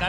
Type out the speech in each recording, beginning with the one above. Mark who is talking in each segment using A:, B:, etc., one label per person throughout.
A: The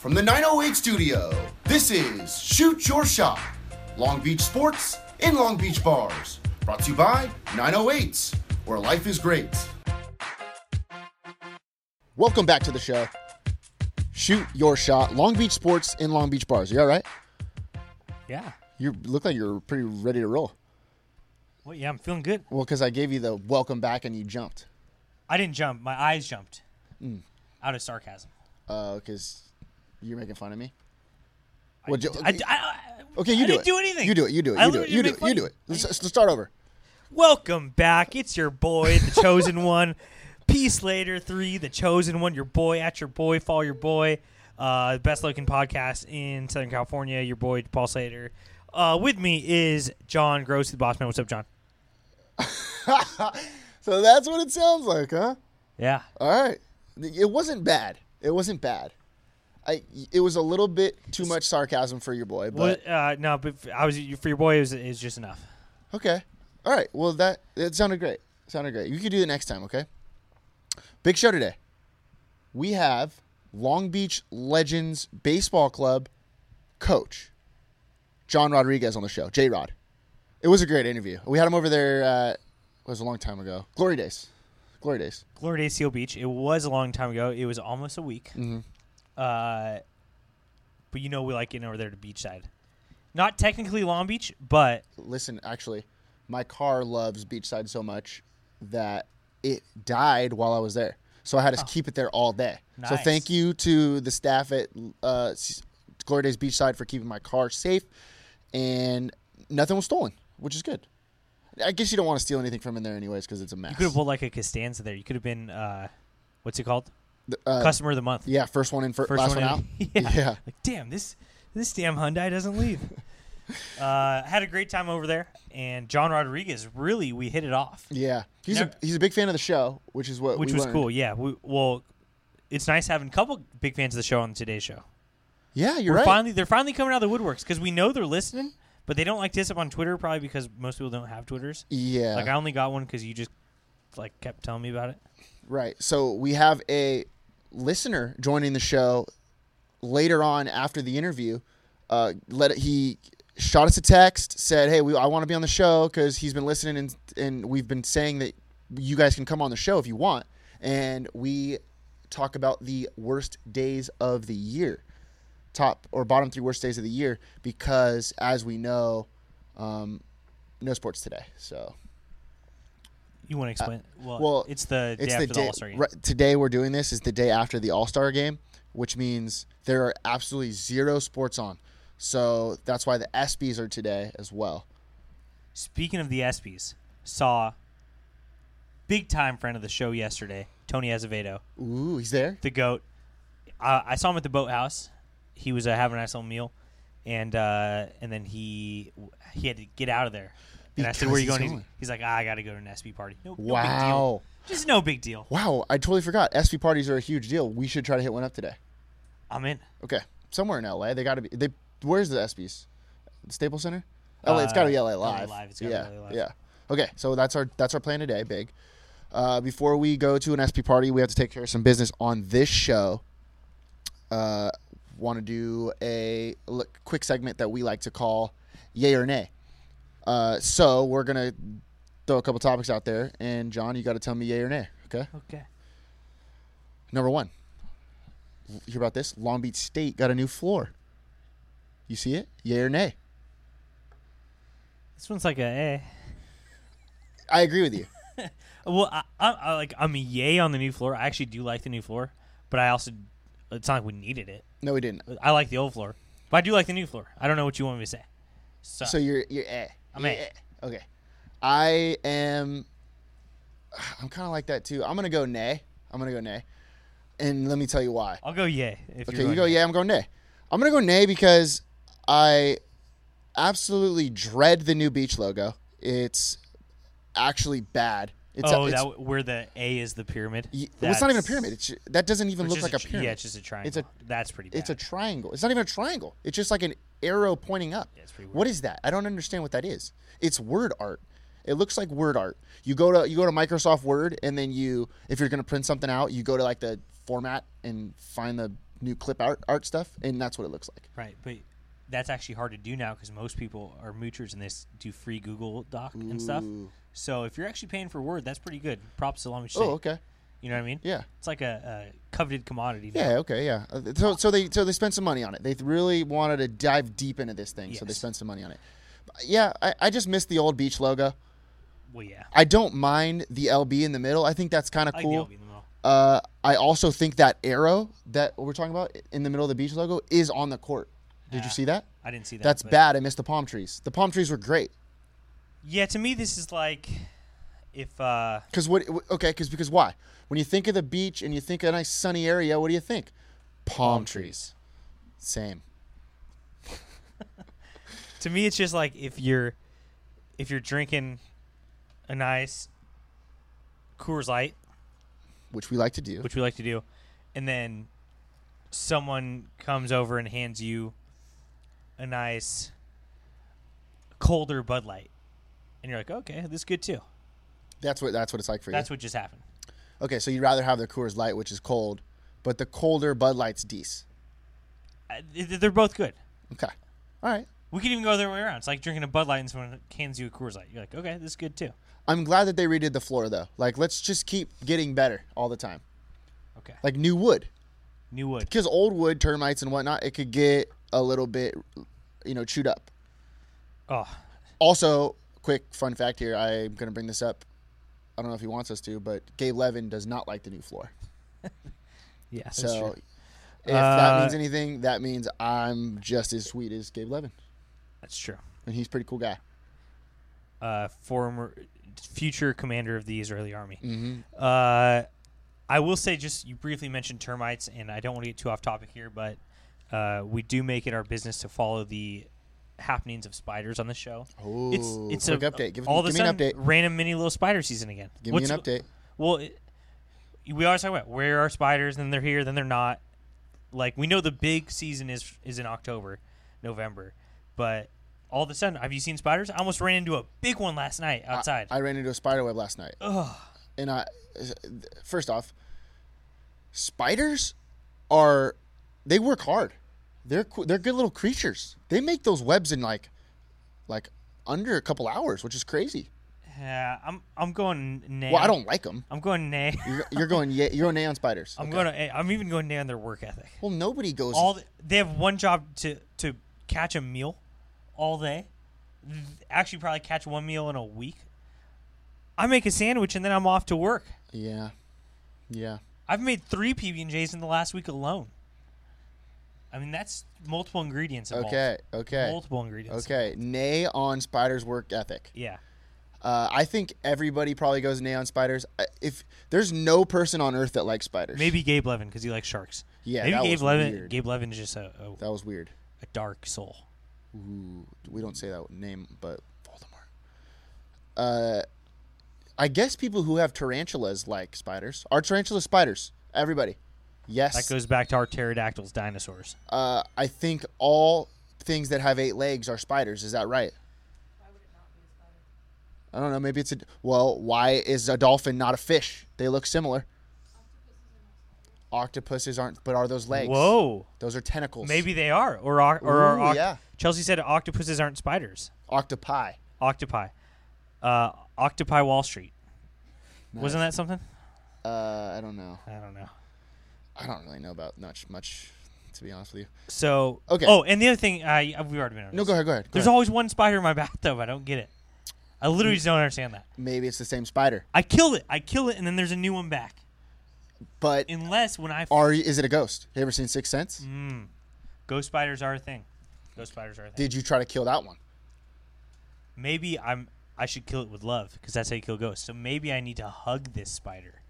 B: from the 908 studio, this is Shoot Your Shot Long Beach Sports in Long Beach Bars. Brought to you by 908s, where life is great.
C: Welcome back to the show. Shoot your shot. Long Beach Sports in Long Beach Bars. You all right?
D: Yeah.
C: You look like you're pretty ready to roll.
D: Well, yeah, I'm feeling good.
C: Well, because I gave you the welcome back and you jumped.
D: I didn't jump. My eyes jumped
C: Mm.
D: out of sarcasm.
C: Because uh, you're making fun of me. Well, ju-
D: I, I-
C: okay, you
D: I
C: do
D: didn't
C: it.
D: do anything.
C: You do it. You do it.
D: I
C: You do it.
D: literally
C: You do
D: didn't
C: it.
D: make
C: You do it.
D: fun
C: Let's, let's start over.
D: Welcome back. It's your boy, the chosen one. Peace later, three, the chosen one. Your boy at your boy, fall your boy. Uh, best looking podcast in Southern California. Your boy Paul Slater. Uh, with me is John Gross, the boss man. What's up, John?
C: So that's what it sounds like, huh?
D: Yeah.
C: All right. It wasn't bad. It wasn't bad. I. It was a little bit too much sarcasm for your boy, but
D: What, uh, no, but f- I was for your boy is is just enough.
C: Okay. All right. Well, that it sounded great. sounded great. You can do it next time. Okay. Big show today. We have Long Beach Legends Baseball Club coach John Rodriguez on the show. J Rod. It was a great interview. We had him over there. Uh, it was a long time ago. Glory days. Glory days.
D: Glory Days Seal Beach. It was a long time ago. It was almost a week.
C: Mm-hmm.
D: Uh, but you know we like getting over there to beachside. Not technically Long Beach, but
C: Listen, actually, my car loves beachside so much that it died while I was there. So I had to keep it there all day. So
D: Oh. Nice.
C: thank you to the staff at uh, S- Glory Days Beachside for keeping my car safe, and nothing was stolen, which is good. I guess you don't want to steal anything from in there anyways because it's a mess.
D: you could have pulled like a Costanza there. You could have been uh, what's it called?
C: uh,
D: Customer of the month.
C: yeah, first one in, fir-
D: First
C: last one,
D: one,
C: out.
D: in. yeah. Like damn this this damn Hyundai doesn't leave. uh, had a great time over there, and John Rodriguez really we hit it off.
C: yeah. He's
D: Never-
C: a he's a big fan of the show, which is what
D: which
C: we
D: was
C: learned.
D: cool. Yeah, we, well, it's nice having a couple big fans of the show on today's show.
C: Yeah, you're
D: We're
C: right.
D: finally they're finally coming out of the woodworks because we know they're listening, but they don't like to hit us up on Twitter probably because most people don't have Twitters.
C: yeah,
D: Like I only got one because you just like kept telling me about it.
C: Right. So we have a listener joining the show later on after the interview. Uh, let it, he shot us a text, said, "Hey, we, I want to be on the show because he's been listening and and we've been saying that you guys can come on the show if you want." And we talk about the worst days of the year, top or bottom three worst days of the year, because as we know, um, no sports today. So
D: You want to explain? well,
C: Uh, well,
D: it's the day after the, All Star game.
C: right- today we're doing this is the day after the All Star game, which means there are absolutely zero sports on. So that's why the ESPYS are today as well.
D: Speaking of the ESPYS, saw big time friend of the show yesterday, Tony Azevedo,
C: Ooh, he's there.
D: the goat. Uh, I, I saw him at the boathouse. He was uh, having a nice little meal, and uh, and then he he had to get out of there. And I said,
C: Because
D: "Where are you
C: he's
D: going?" He's,
C: going.
D: he's like, ah, "I got to go to an SB party." No, no big deal.
C: Wow,
D: Just no big deal.
C: wow! I totally forgot. ESPY parties are a huge deal. We should try to hit one up today.
D: I'm in.
C: Okay, somewhere in LA, they got to be. They where's the ESPYS? The Staples Center. LA, it's got to be LA Live.
D: Uh, Live, it's gotta be
C: yeah,
D: LA Live.
C: yeah. Okay, so that's our that's our plan today. Big. Uh, before we go to an SP party, we have to take care of some business on this show. Uh, Want to do a l- quick segment that we like to call "Yay or Nay." Uh, so we're gonna throw a couple topics out there, and John, you got to tell me "Yay or Nay." Okay.
D: Okay.
C: Number one. L- Hear about this? Long Beach State got a new floor. You see it? Yay or nay?
D: This one's like a eh.
C: I agree with you.
D: Well, I, I, I like I'm yay on the new floor. I actually do like the new floor, but I also it's not like we needed it.
C: No, we didn't.
D: I like the old floor, but I do like the new floor. I don't know what you want me to say. So,
C: So you're you're eh.
D: I'm
C: You're
D: eh.
C: eh. Okay. I am. I'm kind of like that too. I'm gonna go nay. I'm gonna go nay, and let me tell you why.
D: I'll go yay. If
C: Okay,
D: Oh, you're
C: you
D: going
C: go
D: yay.
C: yeah. I'm going nay. I'm gonna go nay because I absolutely dread the new beach logo. It's actually bad. It's,
D: oh,
C: it's,
D: that where the A is the pyramid.
C: y- well, it's not even a
D: That's-
C: pyramid. It's, that doesn't even
D: it's
C: look like
D: just a
C: a
D: tr-
C: pyramid.
D: Yeah, it's just a triangle.
C: It's a
D: That's pretty bad.
C: it's a triangle. It's not even a triangle. It's just like an arrow pointing up.
D: it's pretty
C: What is that? I don't understand what that is. It's word art. It looks like word art. You go to you go to Microsoft Word and then you if you're going to print something out, you go to like the format and find the new clip art art stuff and that's what it looks like.
D: Right, but that's actually hard to do now because most people are moochers and they s- do free Google Doc and stuff. So if you're actually paying for Word, that's pretty good. Props to Long Beach State.
C: Oh, okay.
D: You know what I mean?
C: Yeah.
D: It's like a, a coveted commodity. now.
C: Yeah, okay, yeah. Uh, So so they so they spent some money on it. They really wanted to dive deep into this thing, so they
D: Yes.
C: spent some money on it. But yeah, I, I just missed the old beach logo.
D: Well, yeah.
C: I don't mind the LB in the middle. I think that's kind of
D: I
C: cool.
D: like the LB in the middle.
C: Uh, I also think that arrow that we're talking about in the middle of the beach logo is on the court. Did you see that?
D: I didn't see that.
C: That's
D: but-
C: bad. I missed the palm trees. The palm trees were great
D: Yeah, to me, this is like if uh,
C: because what? Okay, because because why? When you think of the beach and you think of a nice sunny area, what do you think? Palm trees. Same.
D: to me it's just like if you're if you're drinking a nice Coors Light
C: Which we like to do.
D: which we like to do, and then someone comes over and hands you a nice colder Bud Light, and you're like, okay, this is good too.
C: That's what that's what it's like for you.
D: That's what just happened.
C: okay, so you'd rather have the Coors Light, which is cold, but the colder Bud Light's Dece.
D: I- th- They're both good.
C: Okay. All right.
D: We can even go the other way around. It's like drinking a Bud Light and someone hands you a Coors Light. You're like, okay, this is good too.
C: I'm glad that they redid the floor though. Like, let's just keep getting better all the time.
D: Okay,
C: Like new wood.
D: new wood.
C: because old wood, termites and whatnot, it could get a little bit, you know, chewed up.
D: Oh,
C: Also, quick fun fact here. I'm gonna bring this up. I don't know if he wants us to, but Gabe Levin does not like the new floor.
D: yeah. That's
C: So,
D: true.
C: if that
D: Uh,
C: means anything, that means I'm just as sweet as Gabe Levin,
D: That's true.
C: and he's a pretty cool guy.
D: uh, former future commander of the Israeli army.
C: Mm-hmm.
D: Uh, I will say, just you briefly mentioned termites, and I don't want to get too off topic here, but uh, we do make it our business to follow the happenings of spiders on the show.
C: Ooh,
D: it's it's
C: quick
D: a,
C: update. Give-
D: all of
C: give
D: a
C: me an
D: sudden,
C: update.
D: random mini little spider season again.
C: Give me an update.
D: Well, it, we always talk about where are spiders, then they're here, then they're not. Like we know the big season is is in October, November, but all of a sudden, have you seen spiders? I almost ran into a big one last night outside.
C: I ran into a spider web last night. And I, first off, spiders are they work hard. They're co- they're good little creatures. They make those webs in like, like under a couple hours, which is crazy.
D: yeah, I'm I'm going nay.
C: Well, I don't like them.
D: I'm going nay.
C: You're, you're going yeah, you're going nay on spiders.
D: I'm
C: Okay.
D: going. To, eh, I'm even going nay on their work ethic.
C: Well, nobody goes.
D: All the, they have one job to to catch a meal all day. Th- Actually, probably catch one meal in a week. I make a sandwich and then I'm off to work.
C: yeah, yeah.
D: I've made three PB and J's in the last week alone. I mean, that's multiple ingredients involved.
C: Okay, okay,
D: Multiple ingredients.
C: okay. Nay on spiders' work ethic.
D: Yeah.
C: Uh, I think everybody probably goes nay on spiders. I- If there's no person on earth that likes spiders,
D: Maybe Gabe Levin because he likes sharks.
C: Yeah,
D: Maybe
C: that
D: Gabe
C: was
D: Levin.
C: weird.
D: Gabe Levin's just a, a,
C: that was weird.
D: a dark soul.
C: we don't say that name, but Voldemort. Uh, I guess people who have tarantulas like spiders are tarantula spiders. Everybody, yes.
D: That goes back to our pterodactyls, dinosaurs.
C: uh, I think all things that have eight legs are spiders. Is that right? I don't know. Maybe it's a well. Why is a dolphin not a fish? They look similar. Octopuses aren't, but are those legs?
D: Whoa.
C: Those are tentacles.
D: Maybe they are, or oc- or, are
C: Ooh,
D: oc-
C: yeah.
D: Chelsea said octopuses aren't spiders.
C: octopi.
D: Octopi, uh, octopi Wall Street. Wasn't that something?
C: Uh, I don't know.
D: I don't know.
C: I don't really know about much much, to be honest with you.
D: So
C: Okay.
D: Oh, and the other thing, I we've already been on.
C: No,
D: this.
C: go ahead. Go ahead. Go
D: There's
C: ahead.
D: always one spider in my bathtub. I don't get it. I literally just don't understand that.
C: Maybe it's the same spider,
D: I kill it. I kill it, and then there's a new one back.
C: but
D: Unless when I
C: are you- is it a ghost? You ever seen Sixth Sense?
D: ghost spiders are a thing. Ghost spiders are a thing.
C: Did you try to kill that one?
D: Maybe I'm. I should kill it with love because that's how you kill ghosts. So maybe I need to hug this spider.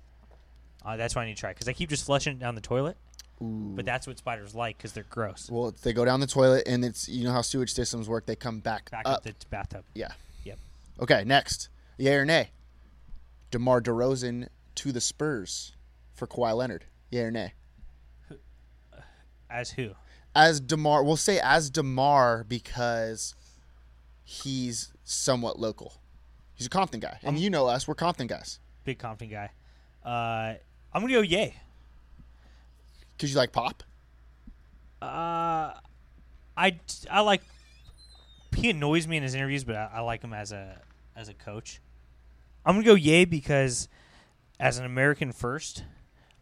D: Uh, that's what I need to try because I keep just flushing it down the toilet. But that's what spiders like because they're gross.
C: Well, they go down the toilet, and it's you know how sewage systems work. They come back,
D: Back
C: up.
D: up the t- bathtub.
C: uh, yeah.
D: Yep.
C: Okay. Next, yay or nay? Demar Derozan to the Spurs for Kawhi Leonard. Yay or nay?
D: As who?
C: As Demar, we'll say as Demar because he's somewhat local. He's a Compton guy, and you know us. We're Compton guys
D: Big Compton guy. Uh, I'm gonna go yay.
C: because you like pop.
D: I I like. He annoys me in his interviews, but I, I like him as a as a coach. I'm gonna go yay because, as an American first,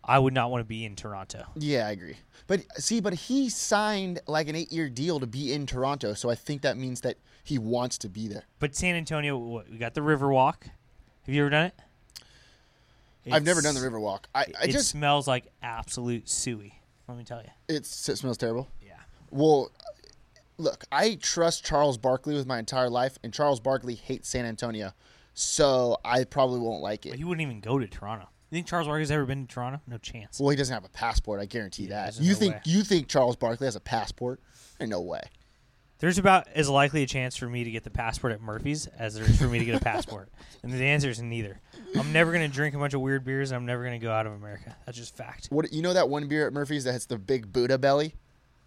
D: I would not want to be in Toronto.
C: Yeah, I agree. But see, but he signed like an eight-year deal to be in Toronto, so I think that means that he wants to be there.
D: But San Antonio, what, we got the Riverwalk. Have you ever done it?
C: I've never done the
D: It's-
C: Riverwalk. I, I
D: it
C: just
D: smells like absolute suey. Let me tell you.
C: it's, it smells terrible.
D: Yeah.
C: Well, look, I trust Charles Barkley with my entire life, and Charles Barkley hates San Antonio, so I probably won't like
D: But
C: it.
D: he wouldn't even go to Toronto. You think Charles Barkley's ever been to Toronto? No chance.
C: Well, he doesn't have a passport. I guarantee that.
D: there's
C: You
D: no
C: think
D: way.
C: you think Charles Barkley has a passport? Ain't no way.
D: There's about as likely a chance for me to get the passport at Murphy's as there is for me to get a passport. and the answer is neither. I'm never going to drink a bunch of weird beers. And I'm never going to go out of America. That's just fact.
C: What you know that one beer at Murphy's that has the big Buddha belly?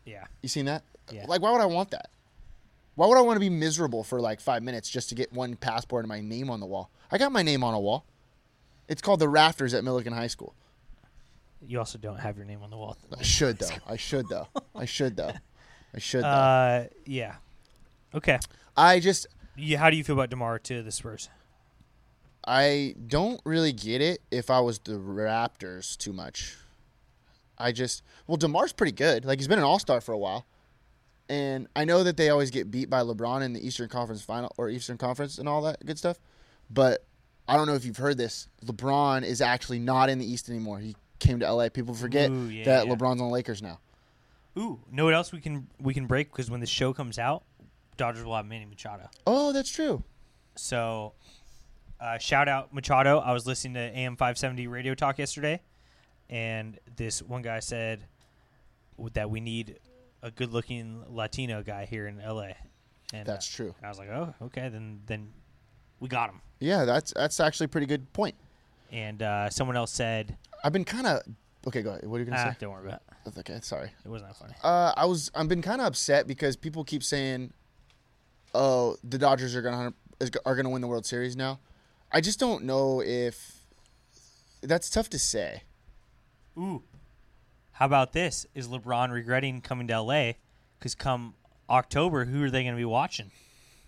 D: Yeah.
C: You seen that?
D: Yeah.
C: Like, why would I want that? Why would I want to be miserable for like five minutes just to get one passport and my name on the wall? I got my name on a wall. It's called the Rafters at Millikan High School.
D: You also don't have your name on the wall.
C: I should though. I should though. I should though. I should though.
D: Uh, yeah. Okay.
C: I just
D: You, how do you feel about Demar to the Spurs?
C: I don't really get it if I was the Raptors too much. I just well DeMar's pretty good. Like he's been an all-star for a while. And I know that they always get beat by LeBron in the Eastern Conference final or Eastern Conference and all that good stuff. But I don't know if you've heard this. LeBron is actually not in the East anymore. He came to LA. People forget
D: Ooh, yeah,
C: that
D: yeah.
C: LeBron's on the Lakers now.
D: Ooh, know what else we can we can break because when the show comes out, Dodgers will have Manny Machado.
C: Oh, that's true.
D: So, uh, shout out Machado. I was listening to AM 570 radio talk yesterday, and this one guy said w- that we need a good looking Latino guy here in LA. And,
C: That's
D: uh,
C: true.
D: and I was like, oh, okay, then then we got him.
C: Yeah, that's that's actually a pretty good point.
D: And uh, someone else said,
C: I've been kind of okay. Go ahead. What are you gonna
D: ah,
C: say?
D: don't worry about it.
C: That's Okay, sorry.
D: It wasn't that funny.
C: Uh, I was I've been kind of upset because people keep saying, "Oh, the Dodgers are gonna is- are gonna win the World Series now." I just don't know if that's tough to say.
D: Ooh. How about this? Is LeBron regretting coming to LA? Because come October, who are they going to be watching?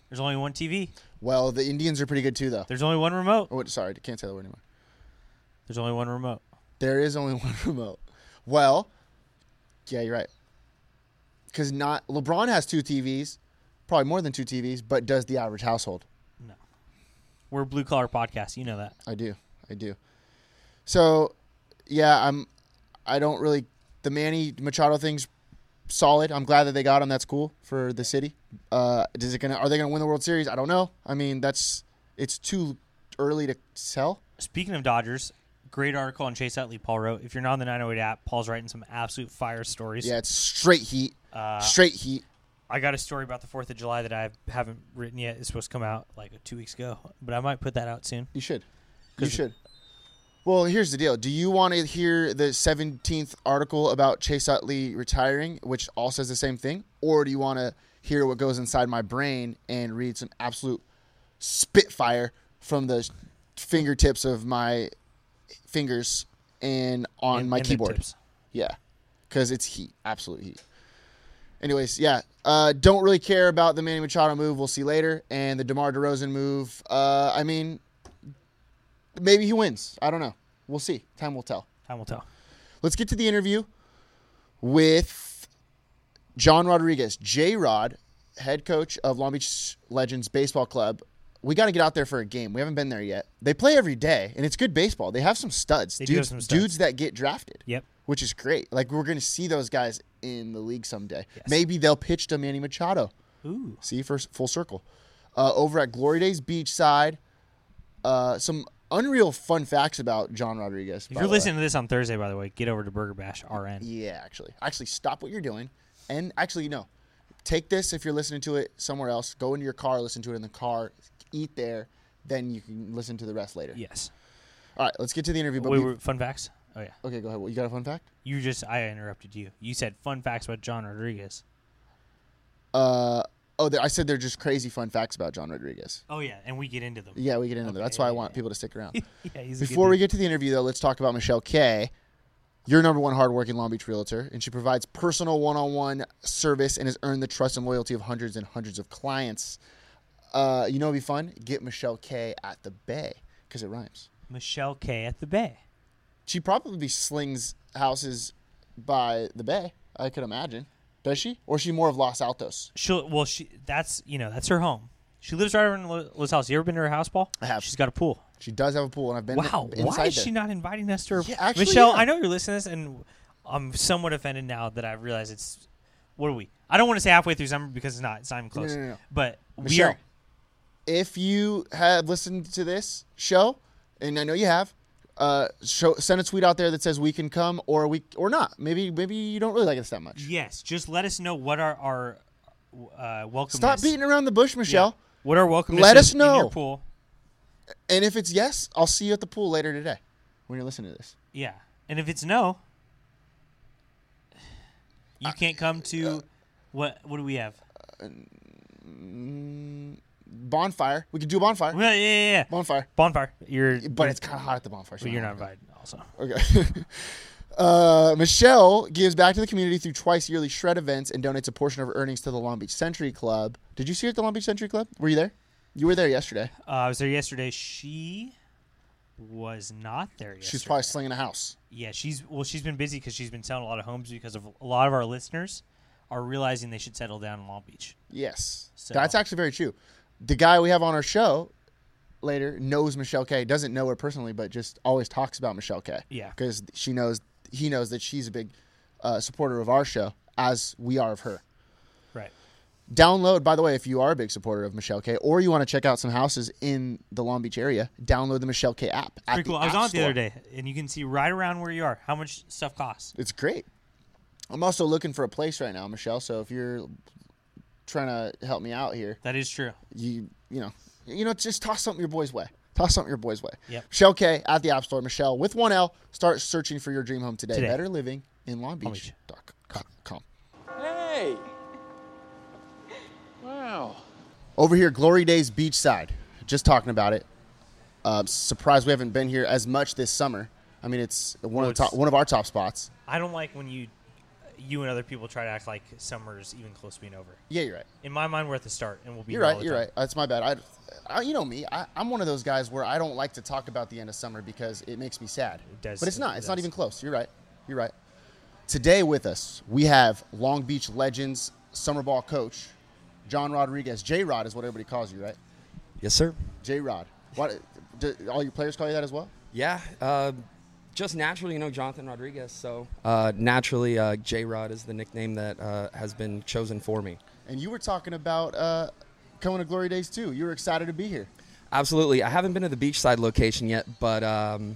D: There's only one TV.
C: Well, the Indians are pretty good too, though.
D: There's only one remote.
C: Oh, wait, sorry, I can't say the word anymore.
D: There's only one remote.
C: There is only one remote. Well, yeah, you're right. Because not LeBron has two TVs, probably more than two TVs, but does the average household?
D: We're a blue collar podcast. You know that.
C: I do. I do. So, yeah, I'm. I don't really. The Manny Machado thing's solid. I'm glad that they got him. That's cool for the city. Uh, is it gonna? Are they gonna win the World Series? I don't know. I mean, that's. It's too early to sell.
D: Speaking of Dodgers, great article on Chase Utley, Paul wrote. If you're not on the 908 app, Paul's writing some absolute fire stories.
C: Yeah, it's straight heat. straight heat.
D: I got a story about the 4th of July that I haven't written yet. It's supposed to come out like two weeks ago, but I might put that out soon.
C: You should. You should. Well, here's the deal. Do you want to hear the 17th article about Chase Utley retiring, which all says the same thing, or do you want to hear what goes inside my brain and read some absolute spitfire from the fingertips of my fingers and on
D: And-
C: my
D: and the
C: keyboard?
D: tips.
C: Yeah, because it's heat, absolute heat. Anyways, yeah, uh, don't really care about the Manny Machado move. We'll see later, and the Demar Derozan move. Uh, I mean, maybe he wins. I don't know. We'll see. Time will tell.
D: Time will tell.
C: Let's get to the interview with John Rodriguez, J Rod, head coach of Long Beach Legends Baseball Club. We got to get out there for a game. We haven't been there yet. They play every day, and it's good baseball. They have some studs.
D: They
C: dudes,
D: do have some studs.
C: dudes that get drafted.
D: Yep.
C: Which is great. Like we're going to see those guys in the league someday. Maybe they'll pitch to Manny Machado. Ooh. See, first full circle. Uh, over at Glory Days Beachside, uh, some unreal fun facts about John Rodriguez.
D: If
C: by
D: you're
C: the way.
D: listening to this on Thursday, by the way, get over to Burger Bash RN.
C: Yeah, actually. Actually, stop what you're doing. And actually, no. Take this if you're listening to it somewhere else. Go into your car, listen to it in the car, eat there. Then you can listen to the rest later.
D: Yes.
C: All right, let's get to the interview. But
D: Wait,
C: we-
D: wait, fun facts? Oh yeah.
C: okay, go ahead. What, you got a fun fact?
D: You just I interrupted you. You said fun facts about John Rodriguez.
C: Oh, there- I said they're just crazy fun facts about John Rodriguez.
D: Oh yeah, and we get into them.
C: Yeah, we get into that. That's why I want people to stick around.
D: Yeah, he's a good
C: Before we
D: dude.
C: get to the interview, though, let's talk about Michelle Kay, your number one hardworking Long Beach realtor, and she provides personal one-on-one service and has earned the trust and loyalty of hundreds and hundreds of clients. Uh, you know, it'd be fun. Get Michelle Kay at the Bay because it rhymes.
D: Michelle K at the Bay.
C: She probably slings houses by the Bay. I could imagine. Does she, or is she more of Los Altos?
D: She'll well she that's you know that's her home. She lives right over in Lo- Lo's house. You ever been to her house, Paul? I
C: have.
D: She's got a pool.
C: She does have a pool, and I've been
D: Wow,
C: inside
D: why is
C: there.
D: she not inviting us to her?
C: Yeah, actually,
D: Michelle,
C: yeah.
D: I know you're listening to this, and I'm somewhat offended now that I realize it's. What are we? I don't want to say halfway through summer because it's not. It's not even close.
C: no, no, no.
D: But we
C: Michelle,
D: are.
C: if you have listened to this show, and I know you have, uh, show, send a tweet out there that says we can come or we or not. Maybe maybe you don't really like us that much.
D: Yes, just let us know what our our uh, welcome.
C: Stop beating around the bush, Michelle.
D: What our welcome.
C: Let us
D: is in your
C: know.
D: pool.
C: And if it's yes, I'll see you at the pool later today when you're listening to this.
D: Yeah, and if it's no, you
C: Uh,
D: can't come to. what what do we have?
C: Bonfire. We could do a bonfire.
D: Well, yeah, yeah, yeah.
C: Bonfire.
D: Bonfire. You're
C: But it's kind of hot at the bonfire. so
D: but you're
C: I
D: not
C: don't know.
D: invited. Also,
C: Okay. Uh, Michelle gives back to the community through twice yearly shred events and donates a portion of her earnings to the Long Beach Century Club. Did you see her at the Long Beach Century Club? Were you there? You were there yesterday.
D: uh, I was there yesterday. She was not there yesterday.
C: She's probably slinging a house.
D: Yeah, she's well. She's been busy because she's been selling a lot of homes because of a lot of our listeners are realizing they should settle down in Long Beach.
C: Yes,
D: So-
C: that's actually very true. The guy we have on our show later knows Michelle Kay. Doesn't know her personally, but just always talks about Michelle Kay.
D: Yeah.
C: because she knows he knows that she's a big uh, supporter of our show, as we are of her.
D: Right.
C: download by the way if you are a big supporter of michelle k or you want to check out some houses in the long beach area download the michelle k app at
D: Pretty
C: the
D: cool. I was
C: App
D: on it the
C: Store.
D: other day, and you can see right around where you are how much stuff costs.
C: it's great i'm also looking for a place right now michelle so if you're trying to help me out here
D: That is true.
C: you you know you know just toss something your boys way toss something your boys way
D: Yep.
C: michelle k at the app store michelle with one l start searching for your dream home today,
D: Today.
C: better living in long
D: Beach.
C: beach dot com.
E: Hey. Wow.
C: over here glory days beachside just talking about it uh, surprised we haven't been here as much this summer i mean it's one of the
D: it's-
C: top, one of our top spots
D: I don't like when you, you and other people try to act like summer's even close to being over.
C: yeah you're right
D: In my mind, we're at the start, and we'll be.
C: you're
D: here all
C: right
D: the
C: you're
D: time.
C: right that's my bad I, I you know me I, i'm one of those guys where i don't like to talk about the end of summer because it makes me sad it
D: does-
C: but it's not
D: it
C: it's not
D: does.
C: even close you're right you're right today with us we have long beach legends summer ball coach john rodriguez j rod is what everybody calls you right
F: Yes, sir.
C: j rod what do all your players call you that as well
F: Yeah, uh, just naturally, you know, Jonathan Rodriguez. So uh, naturally, uh, J Rod is the nickname that uh, has been chosen for me.
C: And you were talking about uh, coming to Glory Days too. You were excited to be here.
F: Absolutely. I haven't been to the beachside location yet, but um,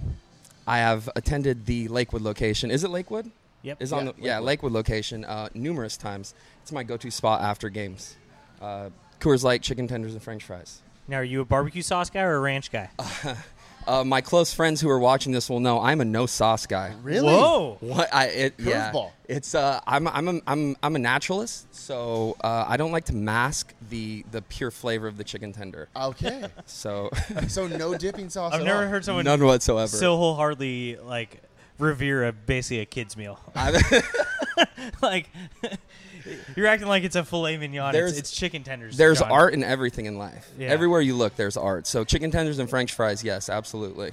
F: I have attended the Lakewood location. Is it Lakewood?
D: Yep.
F: Is on
C: Yeah,
F: the yeah Lakewood location uh, numerous times. It's my go-to spot after games. Uh, Coors Light, chicken tenders, and French fries.
D: Now, are you a barbecue sauce guy or a ranch guy?
F: Uh, my close friends who are watching this will know I'm a no sauce guy.
C: Really?
D: Whoa!
F: What I it, yeah.
C: Curveball.
F: It's uh I'm I'm a, I'm I'm a naturalist, so uh, I don't like to mask the the pure flavor of the chicken tender.
C: Okay.
F: So
C: so no dipping sauce.
D: I've
C: at
D: never
C: all.
D: heard someone
F: none whatsoever.
D: so wholeheartedly like revere a basically a kid's meal. like you're acting like it's a filet mignon. It's,
F: There's-
D: it's chicken tenders.
F: there's
D: John.
F: art in everything in life.
D: Yeah.
F: Everywhere you look, there's art. So chicken tenders and French fries, yes, absolutely.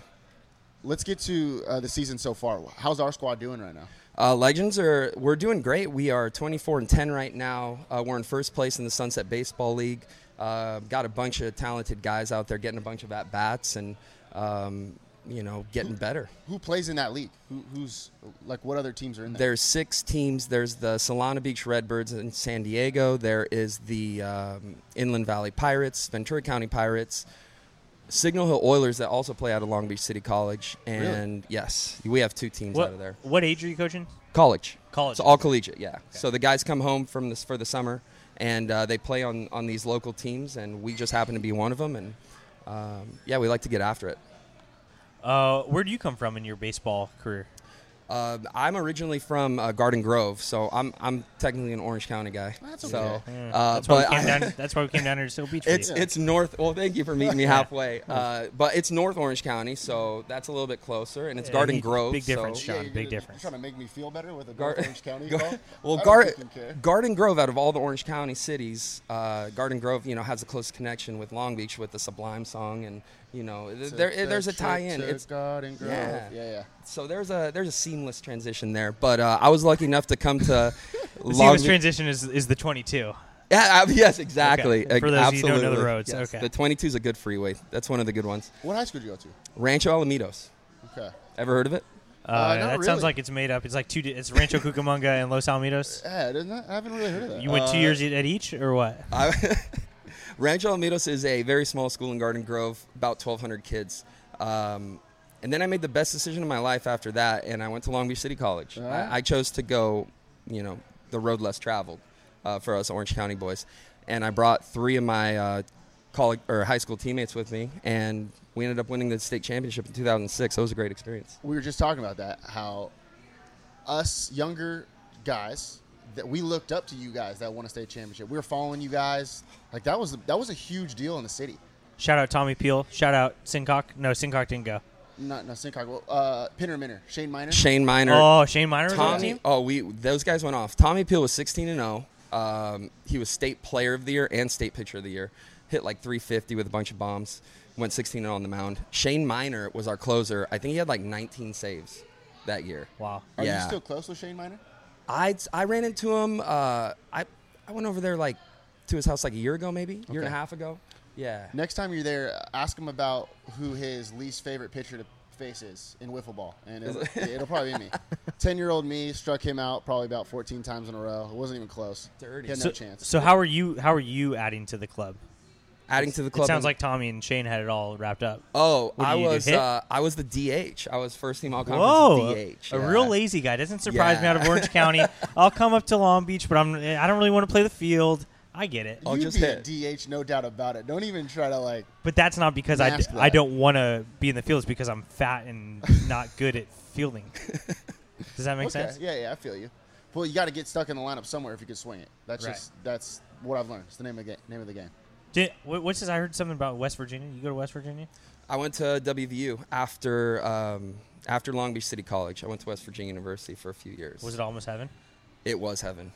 C: Let's get to uh, the season so far. How's our squad doing right now?
F: Uh, Legends are we're doing great. We are 24 and 10 right now. Uh, we're in first place in the Sunset Baseball League. Uh, got a bunch of talented guys out there getting a bunch of at bats and um, you know getting better.
C: Who plays in that league? Who, who's like what other teams are in there?
F: There's six teams. There's the Solana Beach Redbirds in San Diego. There is the um, Inland Valley Pirates, Ventura County Pirates, Signal Hill Oilers that also play out of Long Beach City College. And yes, we have two teams
D: What,
F: out of there.
D: what age are you coaching?
F: College.
D: College.
F: So all collegiate, yeah. So the guys come home from this for the summer, and uh, they play on on these local teams, and we just happen to be one of them. And um, yeah, we like to get after it.
D: Uh, where do you come from in your baseball career?
F: Uh, I'm originally from uh, Garden Grove, so I'm I'm technically an Orange County guy.
G: That's
F: So,
G: okay.
F: uh,
D: That's why,
F: but
D: we came
F: I-
D: down, that's why we came down here to Seal Beach. with
F: It's
D: you.
F: it's north. Well, thank you for meeting me halfway. Uh, but it's North Orange County, so that's a little bit closer, and it's
D: Yeah,
F: Garden
D: big-
F: Grove.
D: big difference,
F: So
C: you're
D: Sean, big
C: gonna- you're
D: difference.
C: trying to make me feel better with a
F: Gar-
C: North Orange County
F: Gar-
C: call?
F: well,
C: I don't
F: Gar-
C: fucking care.
F: Garden Grove, out of all the Orange County cities, uh, Garden Grove, you know, has a close connection with Long Beach with the Sublime song, and you know, th- there,
C: Took the
F: there's a
C: trip
F: tie-in.
C: to
F: It's
C: Garden Grove.
F: yeah.
C: Yeah, yeah.
F: so there's a there's a seamless transition there. But uh, I was lucky enough to come to
D: The
F: Long
D: seamless
F: Beach.
D: transition is, is the 22.
F: yeah, I- yes, exactly.
D: Okay. For those who
F: Absolutely.
D: don't know the roads,
F: Yes.
D: okay.
F: The 22 is a good freeway. That's one of the good ones.
C: What high school did you go to?
F: Rancho Alamitos.
C: Okay.
F: Ever heard of it?
D: Uh,
C: not
D: that
C: really.
D: sounds like it's made up. It's like two. di- It's Rancho Cucamonga and Los Alamitos.
C: Yeah, didn't I? I haven't really heard of that.
D: You went two years at each, or what?
F: Uh, I, Rancho Alamitos is a very small school in Garden Grove, about 1,200 kids. Um, and then I made the best decision of my life after that, and I went to Long Beach City College. I, I chose to go, you know, the road less traveled uh, for us Orange County boys. And I brought three of my uh, college or high school teammates with me, and we ended up winning the state championship in 2006. That was a great experience.
C: we were just talking about that how us younger guys that we looked up to you guys that won a state championship we were following you guys like that was that was a huge deal in the city
D: Shout out Tommy Peel. Shout out Sincock. No, Sincock didn't go.
C: not not Sincock, well, uh pinner minner shane minor
F: Shane Miner.
D: Oh, Shane Miner was on the
F: Tommy,
D: team.
F: oh, we those guys went off. Tommy Peel was 16 and 0. Um, he was state player of the year and state pitcher of the year. Hit like 350 with a bunch of bombs. Went 16 and 0 on the mound. Shane Miner was our closer. I think he had like 19 saves that year.
D: Wow.
C: are
F: yeah.
C: you still close with shane minor
F: I I ran into him. Uh, I I went over there like to his house like a year ago, maybe year and a
C: Okay.
F: half ago. Yeah.
C: next time you're there ask him about who his least favorite pitcher to face is in wiffle ball and it'll, it'll probably be me 10 year old me struck him out probably about 14 times in a row it wasn't even close
F: Dirty.
C: he had no
D: So,
C: chance
D: so how are you? How are you adding to the club?
F: Adding to the club.
D: it sounds
F: and-
D: like Tommy and Shane had it all wrapped up.
F: Oh,
D: What do
F: I
D: you do,
F: was
D: hit?
F: uh, I was the DH. I was first team all conference
D: Whoa,
F: DH.
D: a
F: yeah.
D: real lazy guy doesn't surprise me
F: Yeah.
D: out of Orange County. I'll come up to Long Beach, but I'm I don't really want to play the field. I get it,
F: I'll
C: you'd
F: just
C: be
F: hit.
C: a dh no doubt about it don't even try to like
D: but that's not because I, d-
C: Mask that.
D: I don't want to be in the field. It's because I'm fat and not good at fielding. Does that make
C: okay.
D: sense?
C: Yeah, yeah, I feel you. Well, you got to get stuck in the lineup somewhere if you can swing it. That's
D: Right.
C: just that's what I've learned. It's the name of the game. Name of the game.
D: Did, wh- what's this? I heard something about West Virginia. You go to West Virginia?
F: I went to WVU after um, after Long Beach City College. I went to West Virginia University for a few years.
D: Was it almost heaven?
F: It was heaven.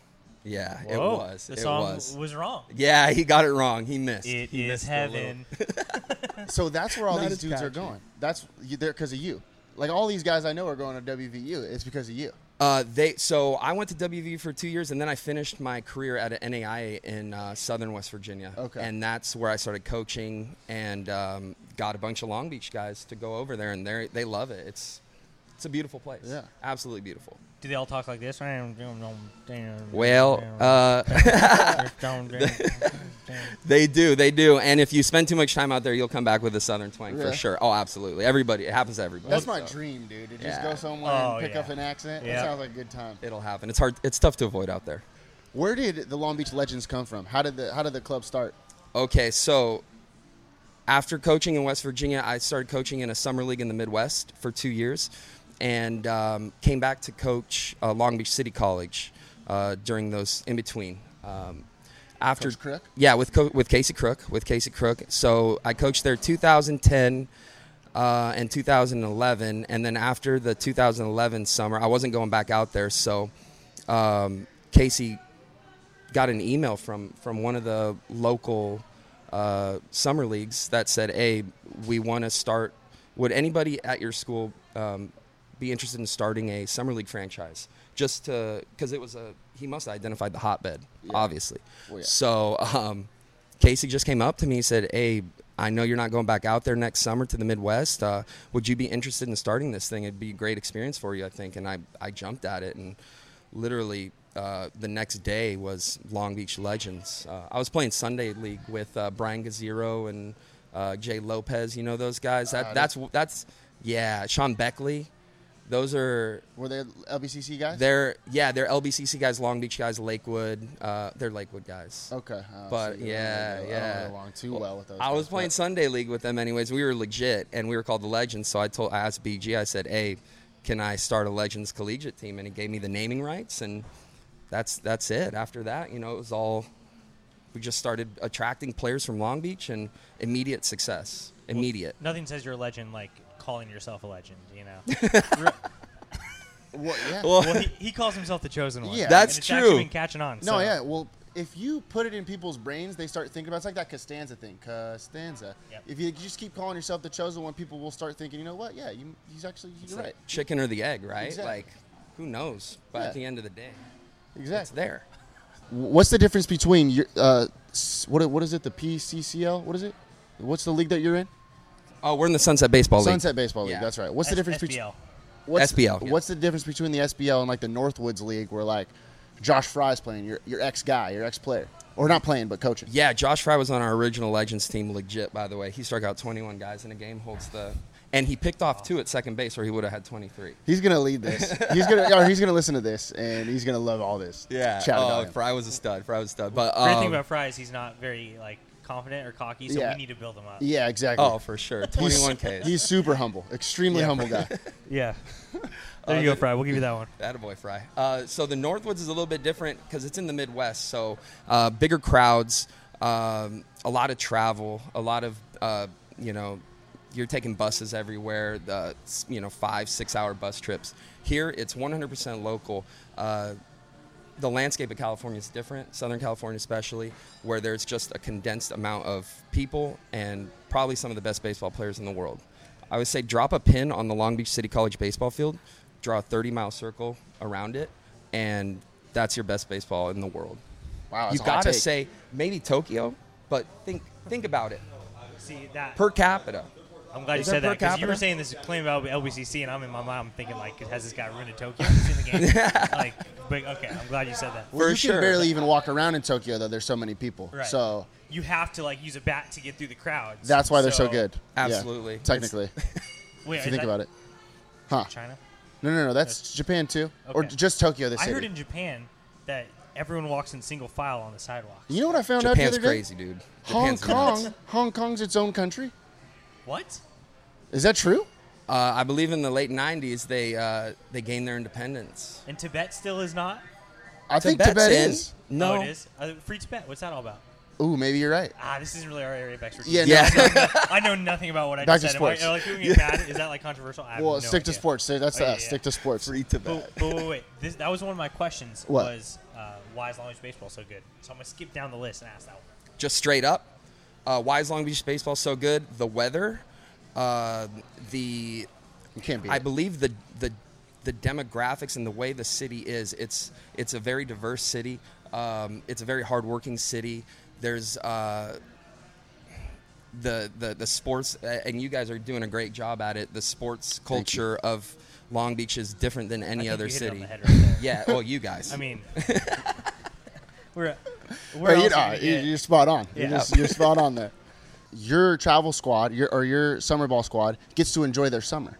F: Yeah, it
D: Whoa,
F: was.
D: The
F: it
D: song
F: was.
D: wrong.
F: Yeah, he got it wrong. He missed.
D: It
F: He
D: is
F: missed a little.
D: heaven.
C: So that's where all
F: Not
C: these
F: as
C: dudes are
F: catchy.
C: going. That's you there because of you. Like all these guys I know are going to WVU. It's because of you.
F: Uh, they so I went to WVU for two years, and then I finished my career at an NAIA in uh, Southern West Virginia.
C: Okay.
F: and that's where I started coaching and um, got a bunch of Long Beach guys to go over there, and they they love it. It's it's a beautiful place.
C: Yeah.
F: absolutely beautiful.
D: Do they all talk like this?
F: Well, uh, They do, they do. And if you spend too much time out there, you'll come back with a southern twang for
C: Yeah.
F: sure. Oh, absolutely. Everybody, it happens to everybody.
C: That's my
F: so
C: dream, dude. To just
F: Yeah.
C: go somewhere
D: Oh,
C: and pick
D: yeah.
C: up an accent.
D: Yeah.
C: That sounds like a good time.
F: It'll happen. It's hard. It's tough to avoid out there.
C: Where did the Long Beach Legends come from? How did the how did the club start?
F: Okay, so after coaching in West Virginia, I started coaching in a summer league in the Midwest for two years, and um, came back to coach uh, Long Beach City College uh, during those in between. Um, after
C: Coach Crook?
F: yeah, with co- with Casey Crook, with Casey Crook. So I coached there 2010 uh, and 2011, and then after the 2011 summer, I wasn't going back out there. So um, Casey got an email from from one of the local uh, summer leagues that said, "Hey, we want to start. Would anybody at your school um, be interested in starting a summer league franchise? Just to because it was a he must have identified the hotbed, obviously.
C: yeah.
F: So um, Casey just came up to me and said, "Hey." I know you're not going back out there next summer to the Midwest. Uh, would you be interested in starting this thing? It'd be a great experience for you, I think. And I, I jumped at it and literally uh, the next day was Long Beach Legends. Uh, I was playing Sunday League with uh, Brian Gaziro and uh, Jay Lopez. You know those guys. That, that's that's yeah, Sean Beckley. Those are
C: Were they LBCC guys?
F: they're yeah they're LBCC guys, Long Beach guys, Lakewood. Uh, they're Lakewood guys.
C: okay. Oh, so
F: But
C: you don't
F: yeah,
C: really- I don't
F: yeah.
C: get along too well with those.
F: I was
C: guys,
F: playing Sunday League with them anyways. We were legit, and we were called the Legends. So I told, I asked BG, I said, "Hey, can I start a Legends collegiate team?" And he gave me the naming rights, and that's that's it. After that, you know, it was all. We just started attracting players from Long Beach, and immediate success. Immediate.
D: Nothing says you're a legend like calling yourself a legend. You know.
C: but- Well, yeah.
D: well, he, he calls himself the chosen one.
C: Yeah.
F: That's
D: and it's
F: true.
D: Actually been catching on.
C: No,
D: so.
C: yeah. Well, if you put it in people's brains, they start thinking about it's like that Costanza thing. Costanza.
D: Yep.
C: If you just keep calling yourself the chosen one, people will start thinking, you know what? Yeah, you, he's actually you're right.
F: Chicken or the egg, right?
C: Exactly.
F: Like, who knows? But
C: Yeah.
F: at the end of the day, it's
C: Exactly.
F: there.
C: What's the difference between your uh, s- what what is it? The PCCL? What is it? What's the league that you're in?
F: Oh, we're in the Sunset Baseball League.
C: Sunset Baseball League.
F: Yeah.
C: That's right. What's
D: S-
C: the difference between
D: SBL.
C: what's,
F: SBL, yeah.
C: What's the difference between the SBL and like the Northwoods League, where like Josh Fry's playing, your your ex guy, your ex player, or not playing but coaching?
F: Yeah, Josh Fry was on our original Legends team, legit, by the way. He struck out 21 guys in a game, holds the. And he picked off two at second base, or he would have had 23.
C: He's gonna lead this. He's gonna or he's gonna listen to this, and he's gonna love all this. chat
F: Oh,
C: about him.
F: Fry was a stud. Fry was a stud. But,
D: Great
F: um,
D: thing about Fry is he's not very like confident or cocky, so
C: Yeah.
D: we need to build him up.
C: Yeah, exactly.
F: oh, for sure. 21 Ks.
C: He's super humble, extremely humble guy.
D: Yeah. There
C: Uh,
D: you go, Fry. We'll give you that one.
F: Attaboy Fry. Uh, so the Northwoods is a little bit different because it's in the Midwest, so uh, bigger crowds, um, a lot of travel, a lot of uh, you know, you're taking buses everywhere, the s- you know five six hour bus trips. Here it's 100% local. Uh, the landscape of California is different, Southern California especially, where there's just a condensed amount of people and probably some of the best baseball players in the world. I would say drop a pin on the Long Beach City College baseball field, draw a 30 mile circle around it, and that's your best baseball in the world.
C: Wow, that's
F: you
C: a hot
F: gotta
C: take.
F: say maybe Tokyo, but think think about it
D: See that?
F: per capita.
D: I'm glad you
F: is that
D: said
F: per
D: that because you were
F: capita?
D: saying this claim about LBCC, and I'm in my mind, I'm thinking like, has this guy ruined Tokyo? He's in the game. like, but okay, I'm glad you said that.
C: Well,
F: For
C: you
F: sure.
C: can barely even walk around in Tokyo though. There's so many people.
D: Right.
C: So
D: you have to like use a bat to get through the crowds.
C: that's why they're so, good. Yeah,
F: Absolutely.
C: technically,
D: Wait,
C: if you think about it. Huh?
D: China.
C: No, no, no. That's Japan too, or
D: Okay.
C: just Tokyo. This
D: I
C: city.
D: heard in Japan that everyone walks in single file on the sidewalk.
C: you know what I found out the
F: Japan's
C: other day?
F: crazy, dude.
C: Hong
F: Japan's nuts.
C: Kong. Hong Kong's its own country.
D: What?
C: Is that true?
F: Uh, I believe in the late 90s they uh, they gained their independence.
D: And Tibet still is not.
C: I think
F: Tibet's
C: Tibet
F: in.
C: is.
F: No,
D: oh, it is. Uh, free Tibet. What's that all about?
C: Ooh, maybe you're right.
D: Ah, this isn't really our area of expertise.
C: Yeah. No,
F: Yeah.
D: I know nothing about what I
C: Back
D: just
C: to
D: said. Am I-
C: sports.
D: Am I, like, doing it bad? Is that like controversial? I have
C: Well,
D: no
C: stick to
D: idea.
C: sports. That's
D: Oh, yeah,
C: us.
D: yeah.
C: Stick to sports.
F: free Tibet.
D: But, but wait, wait, this, that was one of my questions.
C: What?
D: was uh, why is Long Beach baseball so good? So I'm gonna skip down the list and ask that one.
F: just straight up. Uh, why is Long Beach baseball so good? The weather, uh, the
C: You can't be.
F: I believe the the the demographics and the way the city is. It's it's a very diverse city. Um, it's a very hardworking city. There's uh, the, the the sports, uh, and you guys are doing a great job at it. The sports culture of Long Beach is different than any
D: think
F: other
D: you hit it on
F: city.
D: the head right there.
F: yeah, well, you guys.
D: I mean, we're
C: Or
D: we're
C: you know,
D: also gonna
C: you-
D: get-
C: you're spot on. You're,
D: Yeah.
C: just, you're spot on there. Your travel squad, your or your summer ball squad, gets to enjoy their summer.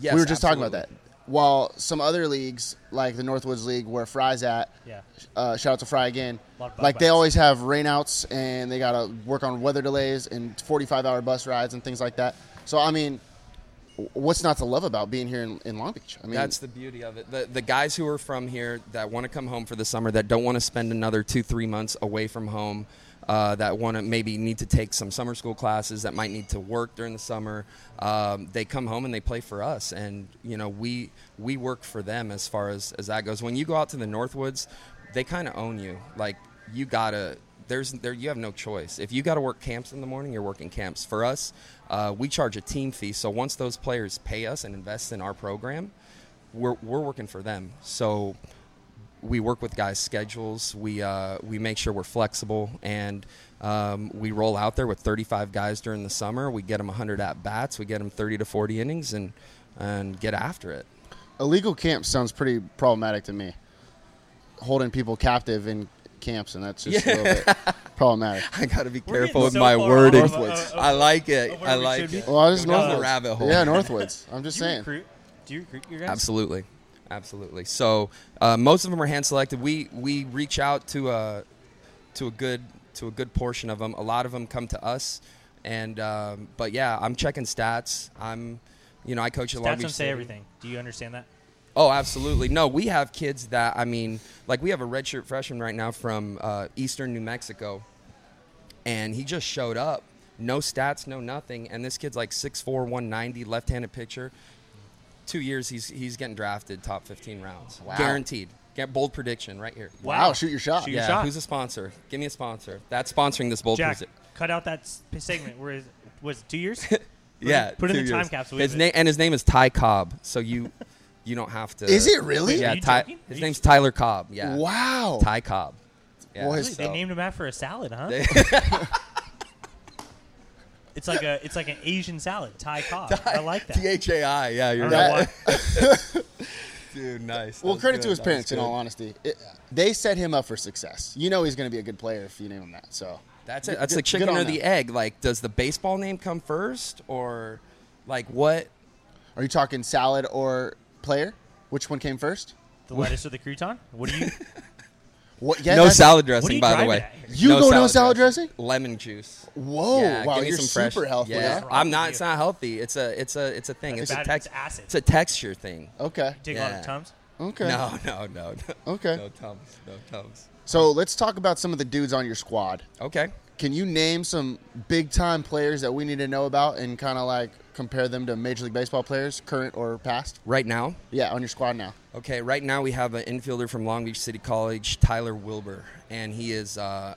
F: Yes,
C: we were just talking about
F: absolutely.
C: that. While some other leagues, like the Northwoods League, where Fry's at,
D: Yeah.
C: uh, shout out to Fry again.
D: Lot of bug
C: Like they
D: bites.
C: always have rainouts and they got to work on weather delays and 45 hour bus rides and things like that. So I mean, w- what's not to love about being here in, in Long Beach? I mean,
F: That's the beauty of it. The, the guys who are from here that want to come home for the summer, that don't want to spend another two, three months away from home, uh, that want to maybe need to take some summer school classes, that might need to work during the summer, um, they come home and they play for us. And, you know, we, we work for them as far as, as that goes. When you go out to the Northwoods, they kind of own you. Like, you got to. There's there you have no choice. If you got to work camps in the morning, you're working camps. For us, uh, we charge a team fee. So once those players pay us and invest in our program, we're, we're working for them. So we work with guys' schedules. We uh, we make sure we're flexible, and um, we roll out there with 35 guys during the summer. We get them 100 at bats. We get them 30 to 40 innings, and and get after it.
C: illegal camp sounds pretty problematic to me. Holding people captive and camps, and that's just a little bit problematic.
F: I gotta be
D: We're getting
F: careful with
D: so
F: my
D: far
F: wording.
D: off of- of- of-
F: I like it.
D: of where
F: I
D: we
F: like
D: should be.
F: it.
C: Well, I just
F: Go down
C: Northwoods.
F: the rabbit hole.
C: Yeah, Northwoods. I'm just
D: Do you
C: saying.
D: recruit? Do you recruit your guys?
F: Absolutely, absolutely. So uh, most of them are hand selected. We we reach out to a to a good to a good portion of them. A lot of them come to us, and um, but yeah, I'm checking stats. I'm you know I coach at
D: Stats
F: Long Beach
D: don't say
F: State.
D: everything. Do you understand that?
F: Oh, absolutely. No, we have kids that I mean, like we have a redshirt freshman right now from uh, Eastern New Mexico, and he just showed up, no stats, no nothing, and this kid's like 6'4", 190, left-handed pitcher. Two years, he's he's getting drafted top fifteen rounds,
C: Wow.
F: guaranteed. Get bold prediction right here.
C: Wow, shoot your shot.
D: Shoot your
F: Yeah,
D: shot.
F: who's a sponsor? Give me a sponsor. That's sponsoring this bold
D: Jack,
F: prediction.
D: cut out that s- segment. Where is, was it two years?
F: Yeah,
D: put it in
F: two
D: the time
F: years.
D: capsule.
F: His
D: Is it-
F: name and his name is Ty Cobb, so you you don't have to.
C: Is it really?
F: Yeah,
D: you
F: Ty,
D: joking? Are
F: his
D: you-
F: name's Tyler Cobb. Yeah.
C: Wow.
F: Ty Cobb. Yeah.
C: Well, his-
D: Really? They
F: so-
D: named him after a salad, huh? it's like a it's like an Asian salad, Thai cob. I like that.
F: T H A I. Yeah,
D: I
F: you're
D: don't
F: right.
D: know why.
F: Dude, nice. That
C: Well,
F: was
C: credit
F: good.
C: to his
F: That was
C: parents, in
F: good.
C: all honesty. It, they set him up for success. You know he's going to be a good player if you name him that. So
F: That's it. That's
C: Good-
F: the chicken
C: good on
F: or the
C: them.
F: egg. Like, does the baseball name come first, or like what?
C: Are you talking salad or player? Which one came first?
D: The lettuce or the crouton? What do you?
C: What? Yeah,
F: no
C: that's-
F: salad
D: What are
F: dressing,
D: you
F: by the
D: driving
F: way.
D: at here?
C: You go no salad dressing?
F: Lemon juice.
C: Whoa!
F: Yeah,
C: wow,
F: give me
C: you're
F: some
C: super
F: fresh-
C: healthy.
F: Yeah,
C: huh?
F: I'm
D: Wrong with
F: not. It's
D: you.
F: not healthy. It's a. It's a. It's a thing. It's a
D: bad.
F: text.
D: It's acid.
F: It's a texture thing.
C: Okay.
D: Take a lot
F: Yeah.
D: of tums.
C: Okay.
F: No, no, no, no.
C: Okay.
F: No tums. No tums.
C: So let's talk about some of the dudes on your squad.
F: Okay.
C: Can you name some big time players that we need to know about and kind of like compare them to Major League Baseball players, current or past?
F: Right now,
C: Yeah, on your squad now.
F: Okay, right now we have an infielder from Long Beach City College, Tyler Wilbur, and he is uh,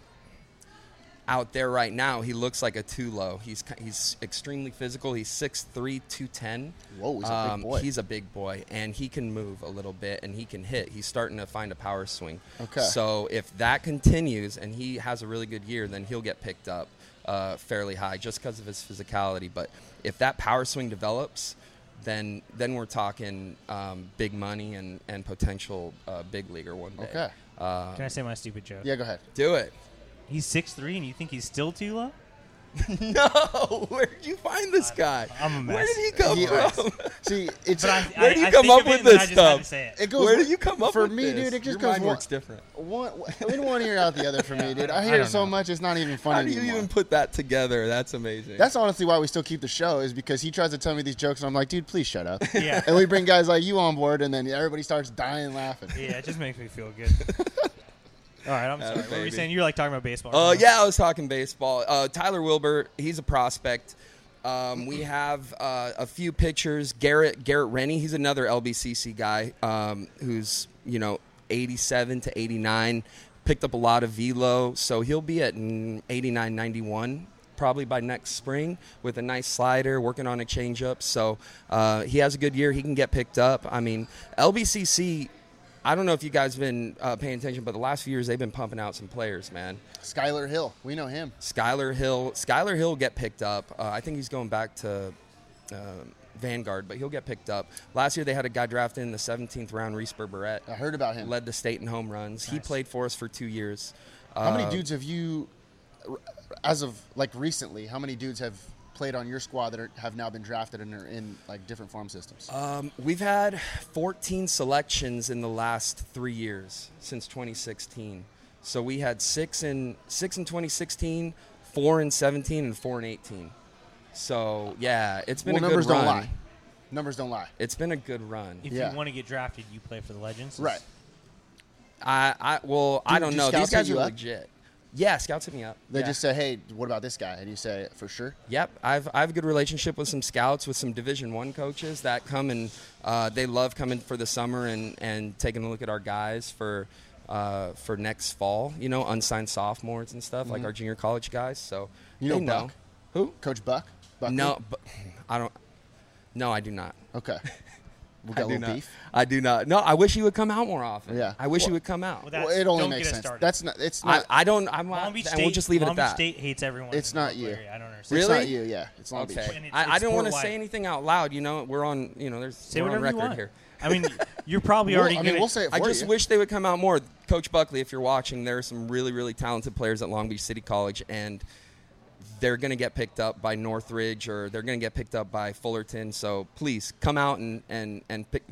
F: out there right now. He looks like a two low. He's ki- he's extremely physical. He's 6'3", 210.
C: Whoa, he's a big boy.
F: Um, He's a big boy, and he can move a little bit, and he can hit. He's starting to find a power swing.
C: Okay.
F: So if that continues and he has a really good year, then he'll get picked up uh, fairly high just because of his physicality. But if that power swing develops, then then we're talking um, big money and and potential uh, big leaguer one day.
C: Okay.
D: Can I say my stupid joke?
C: Yeah, go ahead.
F: Do it.
D: He's six three, and you think he's still too low?
F: No, where did you find this guy?
D: I'm a mess.
F: Where did he come
C: Yeah.
F: from?
C: See, it's
D: But I,
F: Where
D: I,
F: do you
D: I
F: come
D: think
F: up
D: of it,
F: with
D: and then I just
F: this
D: had
F: stuff?
D: to say it.
C: it goes
F: Where do you come up
C: for
F: with
C: me,
F: this?
C: dude? It just
F: Your
C: goes
F: mind
C: one-
F: works different.
C: One in one ear out the other for me, dude. I
D: I
C: hear it
D: don't
C: so
D: know.
C: much, it's not even funny
F: How do you
C: anymore.
F: even put that together? That's amazing.
C: That's honestly why we still keep the show is because he tries to tell me these jokes and I'm like, dude, please shut up.
D: Yeah.
C: And we bring guys like you on board and then everybody starts dying laughing.
D: Yeah, it just makes me feel good. All right, I'm sorry. What were you
F: baby.
D: saying? You were like talking about baseball.
F: Uh,
D: right?
F: yeah, I was talking baseball. Uh, Tyler Wilbur, he's a prospect. Um, we have uh, a few pitchers. Garrett Garrett Rennie, he's another LBCC guy um, who's you know 87 to 89, picked up a lot of velo, so he'll be at mm, 89 91 probably by next spring with a nice slider, working on a changeup. So uh, he has a good year. He can get picked up. I mean, LBCC. I don't know if you guys have been uh, paying attention, but the last few years they've been pumping out some players, man.
C: Skylar Hill, we know him.
F: Skylar Hill. Skylar Hill will get picked up. Uh, I think he's going back to um Vanguard, but he'll get picked up. Last year they had a guy drafted in the 17th round, Reese Berberette.
C: I heard about him.
F: Led the state in home runs. He played for us for two years.
C: How
F: Uh,
C: many dudes have you, as of like recently, how many dudes have played on your squad that are, have now been drafted and are in like different farm systems?
F: um, we've had 14 selections in the last three years since 2016. So we had six in six in 2016, four in 17, and four in 18. So yeah, it's been
C: well,
F: a
C: numbers
F: good
C: don't
F: run.
C: lie. Numbers don't lie.
F: It's been a good run.
D: If
C: yeah.
D: you want to get drafted, you play for the Legends.
C: Right.
F: I, I well, I
C: Do-
F: don't
C: do
F: know.
C: scouts
F: These guys
C: hit
F: are
C: you up?
F: legit. Yeah, scouts hit me up.
C: They
F: Yeah.
C: just say, hey, what about this guy? And you say, for sure.
F: Yep, I've I have a good relationship with some scouts, with some Division One coaches that come and uh, they love coming for the summer and and taking a look at our guys for. Uh, for next fall, you know, unsigned sophomores and stuff like our junior college guys. So
C: Mm-hmm. You know
F: they know.
C: Buck? Coach Buck? Buck
F: No, but I don't. No, I do not.
C: Okay. We got a
F: I do
C: little
F: not.
C: beef.
F: I do not. No, I wish he would come out more often.
C: Yeah.
F: I wish he
C: Well-
F: would come out.
D: Well,
C: Well,
D: that's-
C: it only
D: don't
C: makes
D: get us
C: sense.
D: started.
C: That's not. It's
F: I,
C: not.
F: I don't. I'm.
D: Long Beach
F: and
D: State.
F: we'll just leave it
D: Long
F: at that.
D: Beach State hates everyone.
C: It's
D: in the
C: not
D: local
C: you.
D: area. I don't understand.
C: It's
F: Really?
C: not you. Yeah. It's Long Beach.
F: Okay.
D: And it-
F: I, I
D: it's
F: didn't want to
D: worldwide.
F: say anything out loud. You know, we're on. You know, there's
D: Say
F: we're on
D: whatever
F: record
D: you want.
F: here.
D: I mean, you're probably
C: We'll-
D: already.
C: I mean,
D: gonna-
C: we'll say it for
F: I just
C: you.
F: wish they would come out more. Coach Buckley, if you're watching, there are some really, really talented players at Long Beach City College, and they're going to get picked up by Northridge or they're going to get picked up by Fullerton. So please come out and and and pick,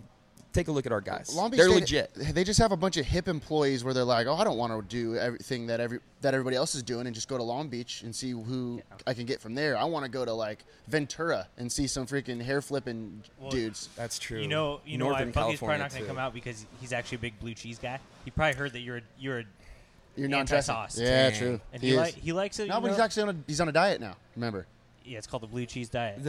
F: take a look at our guys.
C: Long Beach
F: they're
C: State,
F: legit.
C: They just have a bunch of hip employees where they're like, "Oh, I don't want to do everything that every that everybody else is doing, and just go to Long Beach and see who I can get from there. I want to go to like Ventura and see some freaking hair flipping dudes."
F: That's true.
D: You know, you know why
F: Northern
D: Bucky's probably
F: California,
D: not going
F: too.
D: to come out because he's actually a big blue cheese guy. He probably heard that you're a, you're a,
C: You're not dressing.
D: Anti-sauce.
C: Yeah,
F: Dang.
C: true.
D: and
C: He
D: he,
C: is.
D: li- he likes it.
C: no,
D: you
C: but he's
D: know?
C: actually on a, he's on a diet now. Remember,
D: yeah, it's called the blue cheese diet.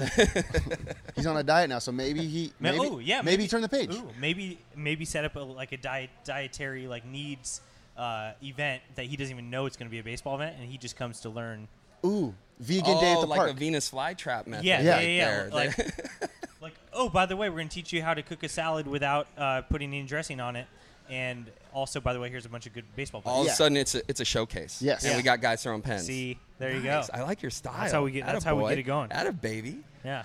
C: he's on a diet now, so maybe he
D: Ma-
C: maybe,
D: ooh, yeah,
C: maybe, turn the page.
D: Ooh, maybe maybe set up a, like a diet dietary like needs uh, event that he doesn't even know it's going to be a baseball event, and he just comes to learn.
C: Ooh, vegan day at
F: Oh,
C: the
F: like
C: park.
F: a Venus flytrap method.
D: Yeah,
C: yeah,
D: yeah,
F: right
D: yeah.
F: there.
D: Like, like, oh, by the way, we're going to teach you how to cook a salad without uh, putting any dressing on it, and also, by the way, here's a bunch of good baseball
F: all
D: players.
F: of a sudden it's a, it's a showcase.
C: Yes.
F: And
C: Yeah.
F: we got guys throwing pens.
D: See, there you
F: Nice.
D: go.
F: I like your style.
D: how we get- that's how we
F: Attaboy.
D: get it going.
F: Atta baby.
D: yeah,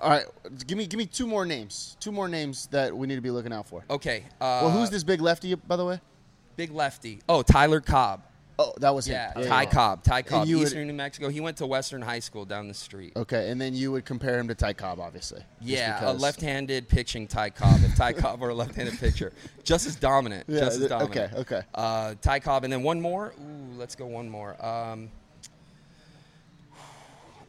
C: All right, give me give me two more names. Two more names that we need to be looking out for.
F: Okay. Uh,
C: Well, who's this big lefty, by the way?
F: big lefty? Oh, Tyler Cobb.
C: Oh, that was him.
F: Yeah, Ty Cobb. Ty Cobb.
C: you would-
F: Eastern New Mexico. He went to Western High School down the street.
C: Okay, and then you would compare him to Ty Cobb, obviously. just
F: Yeah, a
C: because-
F: left-handed pitching Ty Cobb. If Ty Cobb were a left-handed pitcher, just as dominant.
C: Yeah,
F: just as
C: th-
F: dominant.
C: okay, okay.
F: Uh, Ty Cobb, and then one more. Ooh, let's go one more. Um,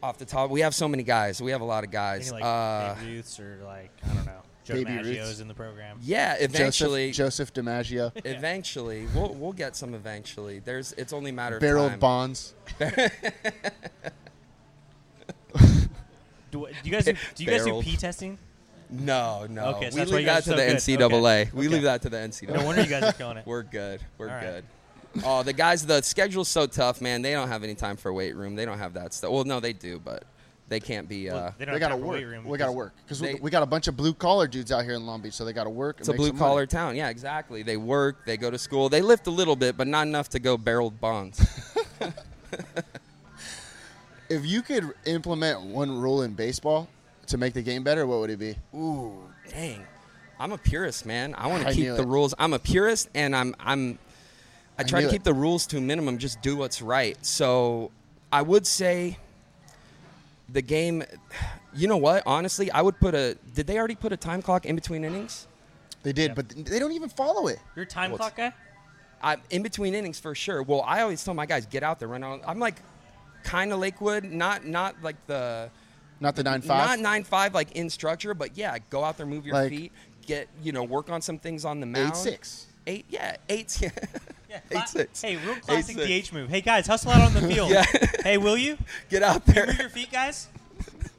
F: off the top, we have so many guys. We have a lot of
D: Any,
F: guys.
D: like
F: uh,
D: Babe Ruth's or like I don't know, Joe
C: Baby
D: Maggio's
C: Ruths.
D: in the program.
F: yeah, eventually,
C: Joseph, Joseph DiMaggio,
F: eventually, we'll we'll get some eventually. There's, it's only a matter of
C: Barrel
F: time.
C: of Bonds.
D: Do, do you guys do, do you guys do
F: Barreled.
D: pee testing?
F: No, no.
D: Okay, so
F: we
D: that's why
F: leave
D: you guys
F: that to
D: are
F: the
D: so good.
F: NCAA.
D: Okay.
F: We
D: Okay.
F: leave that to the NCAA.
D: No wonder you guys are killing it.
F: We're good. We're
D: All right.
F: good. Oh, the guys, the schedule's so tough, man. They don't have any time for weight room. They don't have that stuff. Well, no, they do, but they can't be. Uh,
D: They don't
C: They
D: have
C: got to
D: time for
C: work.
D: weight room
C: We got to
D: because-
C: work because
F: they-
C: we got a bunch of blue collar dudes out here in Long Beach, so they got to work.
F: it's a blue collar town. Yeah, exactly. They work. They go to school. They lift a little bit, but not enough to go barreled bonds.
C: If you could implement one rule in baseball to make the game better, what would it be?
F: Ooh, dang. I'm a purist, man. I want
C: I
F: to keep
C: knew
F: the
C: it.
F: rules. I'm a purist, and I'm I'm. I try
C: knew
F: to
C: it.
F: keep the rules to a minimum. Just do what's right. So, I would say. The game, you know what? Honestly, I would put a. Did they already put a time clock in between innings?
C: They did, but they don't even follow it.
D: You're a time
F: What's-
D: clock guy.
F: I, in between innings for sure. Well, I always tell my guys get out there, run on. I'm like kind of Lakewood, not not like the
C: Not the nine five.
F: not nine five like in structure, but yeah, go out there, move your
C: Like-
F: feet, get you know work on some things on the mound.
C: 8-6.
F: eight yeah, eight yeah.
D: Cla-
F: eight six.
D: Hey, real classic
F: six.
D: DH move. Hey guys, hustle out on the field.
F: Yeah.
D: Hey, will you?
F: Get out
D: Can you move
F: there
D: your feet, guys.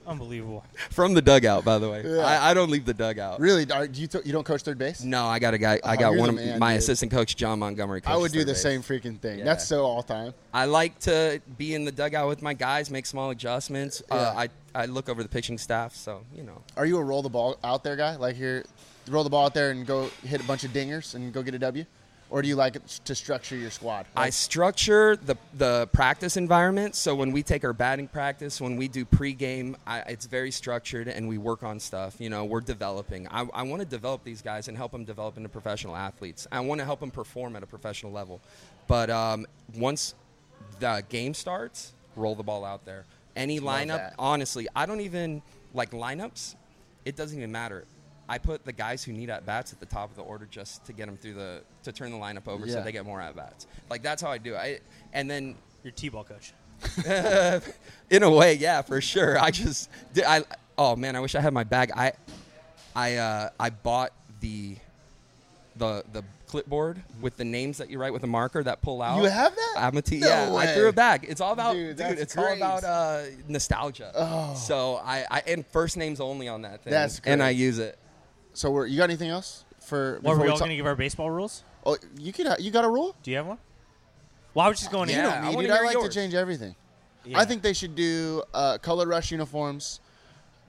D: Unbelievable.
F: from the dugout. By the way, I, I don't leave the dugout.
C: Really? Are, do you th- you don't coach third base?
F: No, I got a guy. I
C: Oh,
F: got
C: you're
F: one
C: the
F: of
C: man,
F: my
C: dude.
F: assistant coach, John Montgomery.
C: I would
F: coaches
C: do the
F: third
C: same
F: base.
C: freaking thing.
F: Yeah.
C: That's so all time.
F: I like to be in the dugout with my guys, make small adjustments. Uh,
C: Yeah.
F: I I look over the pitching staff, so you know.
C: Are you a roll the ball out there guy? Like here, roll the ball out there and go hit a bunch of dingers and go get a W, or do you like it to structure your squad?
F: I structure the the practice environment. So when we take our batting practice, when we do pregame, I, it's very structured, and we work on stuff. You know, we're developing. I, I want to develop these guys and help them develop into professional athletes. I want to help them perform at a professional level. But um, once the game starts, roll the ball out there. Any lineup,
C: that.
F: honestly, I don't even like lineups. It doesn't even matter. I put the guys who need at bats at the top of the order just to get them through the to turn the lineup over so
C: Yeah.
F: they get more at bats. Like that's how I do. it. I and then
D: You're T-ball coach.
F: in a way, yeah, for sure. I just did. I oh man, I wish I had my bag. I I uh, I bought the the the clipboard with the names that you write with a marker that pull out.
C: You have that?
F: I'm a T.
C: No
F: yeah, I threw
C: way.
F: it back. It's all about
C: Dude,
F: dude.
C: that's
F: it's all
C: great.
F: about uh, nostalgia. Oh. So I, I and first names only on that thing.
C: That's
F: and I
C: great.
F: use it.
C: so we're, you got anything else for?
D: Well,
C: before
D: are we all
C: talk-
D: going to give our baseball rules?
C: Oh, you could. ha- You got a rule?
D: Do you have one? Well, I was just going
F: Yeah,
C: you
D: in.
C: don't
F: I
C: need
F: wanna
C: it. I
F: hear
C: like
F: yours.
C: to change everything.
D: Yeah.
C: I think they should do uh, color rush uniforms,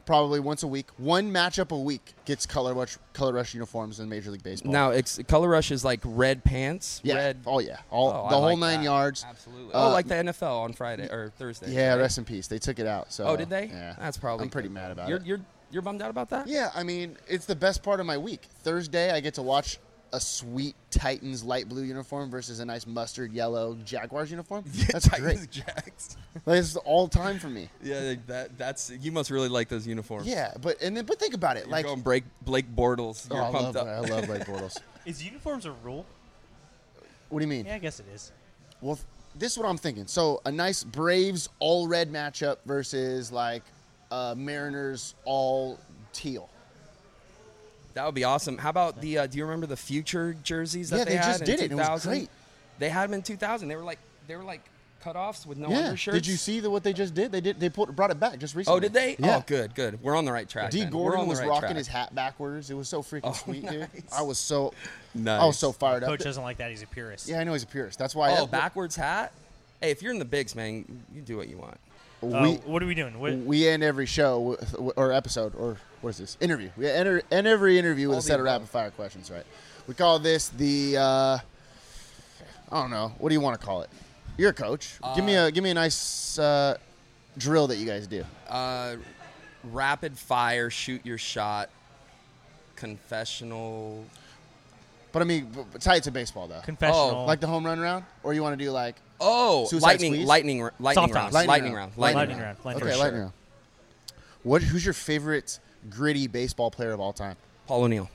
C: probably once a week. One matchup a week gets color rush color rush uniforms in Major League Baseball.
F: Now, it's, color rush is like red pants.
C: Oh. yeah,
F: Red.
C: oh yeah, all
F: Oh, I
C: the whole
F: like
C: nine
F: that.
C: yards.
F: Absolutely.
C: Uh,
F: oh, like the NFL on Friday or Thursday.
C: yeah,
F: right?
C: rest in peace. They took it out. So
F: Oh, did they?
C: Yeah,
F: That's probably.
C: I'm pretty mad about
F: you're,
C: it.
F: You're you're bummed out about that?
C: Yeah, I mean, it's the best part of my week. Thursday, I get to watch a sweet Titans light blue uniform versus a nice mustard yellow Jaguars uniform. That's great.
F: Jacks.
C: Like, this is all time for me.
F: Yeah, like that that's you must really like those uniforms.
C: Yeah, but and then but think about it.
F: You're
C: like
F: going Blake, Blake Bortles.
C: oh,
F: You're
C: I love
F: pumped
C: I
F: up.
C: love Blake Bortles.
D: Is uniforms a rule?
C: What do you mean?
D: Yeah, I guess it is.
C: Well, th- this is what I'm thinking. So a nice Braves all red matchup versus like uh, Mariners all teal.
F: That would be awesome. How about the? Uh, do you remember the future jerseys that
C: Yeah,
F: they,
C: they
F: had
C: just
F: in
C: did it. It was
F: 2000?
C: great.
F: They had them in 2000. They were like they were like cutoffs with no
C: yeah.
F: undershirts.
C: Did you see the, what they just did? They did. They pulled, brought it back just recently.
F: Oh, did they?
C: Yeah.
F: Oh, good, good. We're on the right track.
C: D.
F: then. We're on
C: Gordon
F: the
C: was
F: right
C: rocking
F: track. Oh,
C: his hat backwards. It was so freaking sweet, dude.
F: nice.
C: I was so, I was
F: Nice.
C: so fired up.
D: Coach doesn't like that. He's a purist.
C: Yeah, I know he's a purist. That's why.
F: Oh,
C: that-
F: backwards hat. Hey, if you're in the bigs, man, you do what you want.
D: Uh,
F: oh,
C: We,
D: what are we doing? What,
C: we end every show with, or episode or what is this interview? We enter, end every interview with
F: All
C: a
F: the
C: set of
F: above.
C: rapid fire questions, right? We call this the uh, I don't know. What do you want to call it? You're a coach. give me a give me a nice uh, drill that you guys do.
F: Rapid fire, shoot your shot. Confessional.
C: But I mean, b- tie it to baseball though,
D: confessional.
C: Oh, like the home run round, or you want to do like
F: Oh,
C: Suicide
F: lightning,
C: squeeze?
F: lightning, r- lightning
D: Soft
F: round,
D: toss.
F: lightning,
C: Lightning
F: round,
C: round.
F: lightning,
D: lightning
F: round.
D: round. Lightning
C: okay,
D: round.
C: lightning round. What? Who's your favorite gritty baseball player of all time?
F: Paul O'Neill.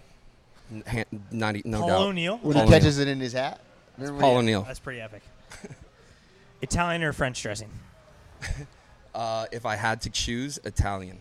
F: N- han- Not, e- no
D: Paul
F: doubt.
D: O'Neill?
C: When
F: Paul
C: he catches it in his hat. Remember when
F: Paul
C: he-
F: O'Neill.
D: That's pretty epic. Italian or French dressing?
F: Uh, if I had to choose, Italian.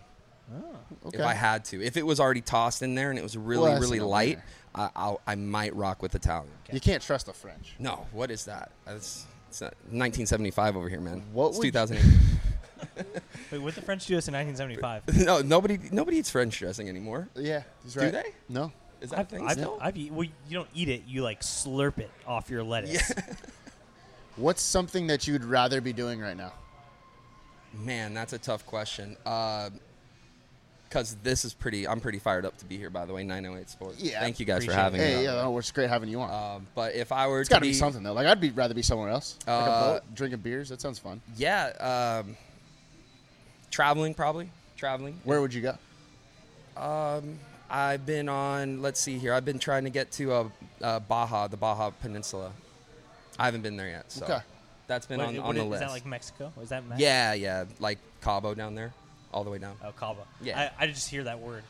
C: Okay.
F: If I had to, if it was already tossed in there and it was really,
C: Well, that's
F: really
C: a
F: light,
C: no-brainer.
F: I, I'll, I might rock with Italian.
C: You can't trust the French.
F: No, what is that? That's it's not 1975 over here, man.
C: What
F: it's
C: would you-
F: 2008?
D: Wait, what did the French do us in 1975?
F: no, nobody, nobody eats French dressing anymore.
C: Yeah, he's
F: Do
C: right.
F: they?
C: No.
F: Is that a
D: I've,
F: thing
D: I've,
F: still?
D: I've, eat- well, you don't eat it. You like slurp it off your lettuce.
C: What's something that you'd rather be doing right now?
F: Man, that's a tough question. Because this is pretty. I'm pretty fired up to be here. By the way, 908 Sports.
C: Yeah,
F: Thank you guys for
D: appreciate it.
F: having
C: Hey,
F: me.
C: yeah, oh, it's great having you on.
F: Um, but if I were
C: it's
F: to
C: got to be something though. Like I'd be rather be somewhere else, like a
F: Uh,
C: boat, drinking beers. That sounds fun.
F: yeah, um, traveling probably. Traveling.
C: Where would you go?
F: I've been on. Let's see here. I've been trying to get to uh, uh, Baja, the Baja Peninsula. I haven't been there yet, so
C: Okay.
F: that's been
D: What-
F: on,
D: what
F: on
D: is-
F: the
D: Is
F: list.
D: that like Mexico? Is that Mexico?
F: yeah, yeah, like Cabo down there, all the way down.
D: Oh, Cabo.
F: Yeah.
D: I, I just hear that word.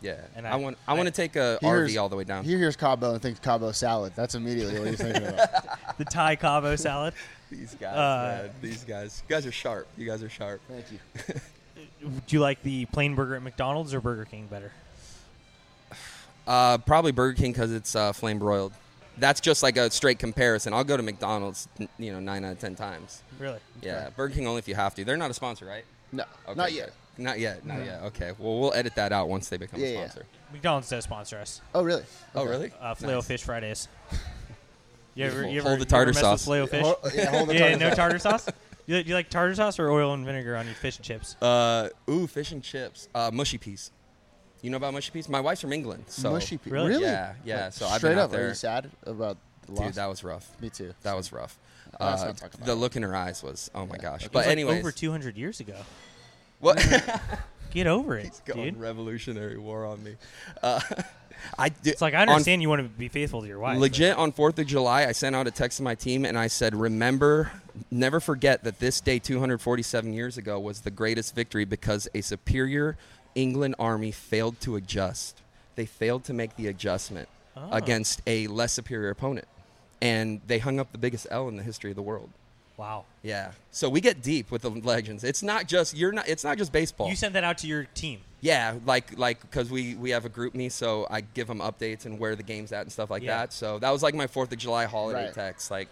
F: Yeah,
D: And
F: and
D: I-
F: I, want I, want
D: I-
F: to take a
C: He hears-
F: RV all the way down.
C: He hears Cabo and thinks Cabo salad. That's immediately what he's thinking about.
D: The Thai Cabo salad.
F: These guys,
D: Uh,
F: man, these guys, you guys are sharp. You guys are sharp.
C: Thank you.
D: Do you like the plain burger at McDonald's or Burger King better?
F: Uh, probably Burger King because it's uh, flame broiled. That's just like a straight comparison. I'll go to McDonald's, n- you know, nine out of ten times.
D: Really?
F: Yeah, Burger King only if you have to. They're not a sponsor, right?
C: No,
F: Okay,
C: not yet.
F: good. Not yet. Not yet. Okay. Well, we'll edit that out once they become
C: Yeah,
F: a
C: yeah.
F: sponsor.
D: McDonald's does sponsor us.
C: Oh really?
F: Oh, really?
D: Uh, Filet Fish Fridays. You ever, you ever,
F: Hold the
D: you ever
F: tartar
D: mess with
F: sauce.
D: Filet Fish?
C: Hold- Oh, yeah, hold the
D: yeah,
C: tartar
D: no
C: sauce.
D: tartar sauce. You, you like tartar sauce or oil and vinegar on your fish and chips?
F: Uh, ooh, fish and chips. Uh, mushy peas. You know about mushy peas? My wife's from England, so
C: Mushy pe-
D: Really?
C: Really?
F: Yeah, yeah, so I've
C: straight
F: been out
C: up. Are you
F: there.
C: sad about the loss?
F: dude, that was rough.
C: Me too.
F: That was rough.
C: Let's
F: Uh,
C: not talk about
F: the
C: it.
F: look in her eyes was, oh my gosh.
D: It was,
F: But
D: like,
F: anyways,
D: over 200 years ago.
F: what?
D: Get over it,
F: going
D: dude.
F: Revolutionary War on me. Uh, I did,
D: It's like I understand you want to be faithful to your wife. but-
F: Legit on 4th of July, I sent out a text to my team and I said, Remember, never forget that this day 247 years ago was the greatest victory because a superior England army failed to adjust. They failed to make the adjustment
D: Oh.
F: against a less superior opponent. And they hung up the biggest L in the history of the world.
D: Wow.
F: Yeah. So we get deep with the legends. It's not just you're not it's not just baseball.
D: You sent that out to your team.
F: Yeah, like like because we we have a group me, so I give them updates and where the game's at and stuff like
D: Yeah.
F: that. So that was like my Fourth of July holiday
C: Right.
F: text. Like,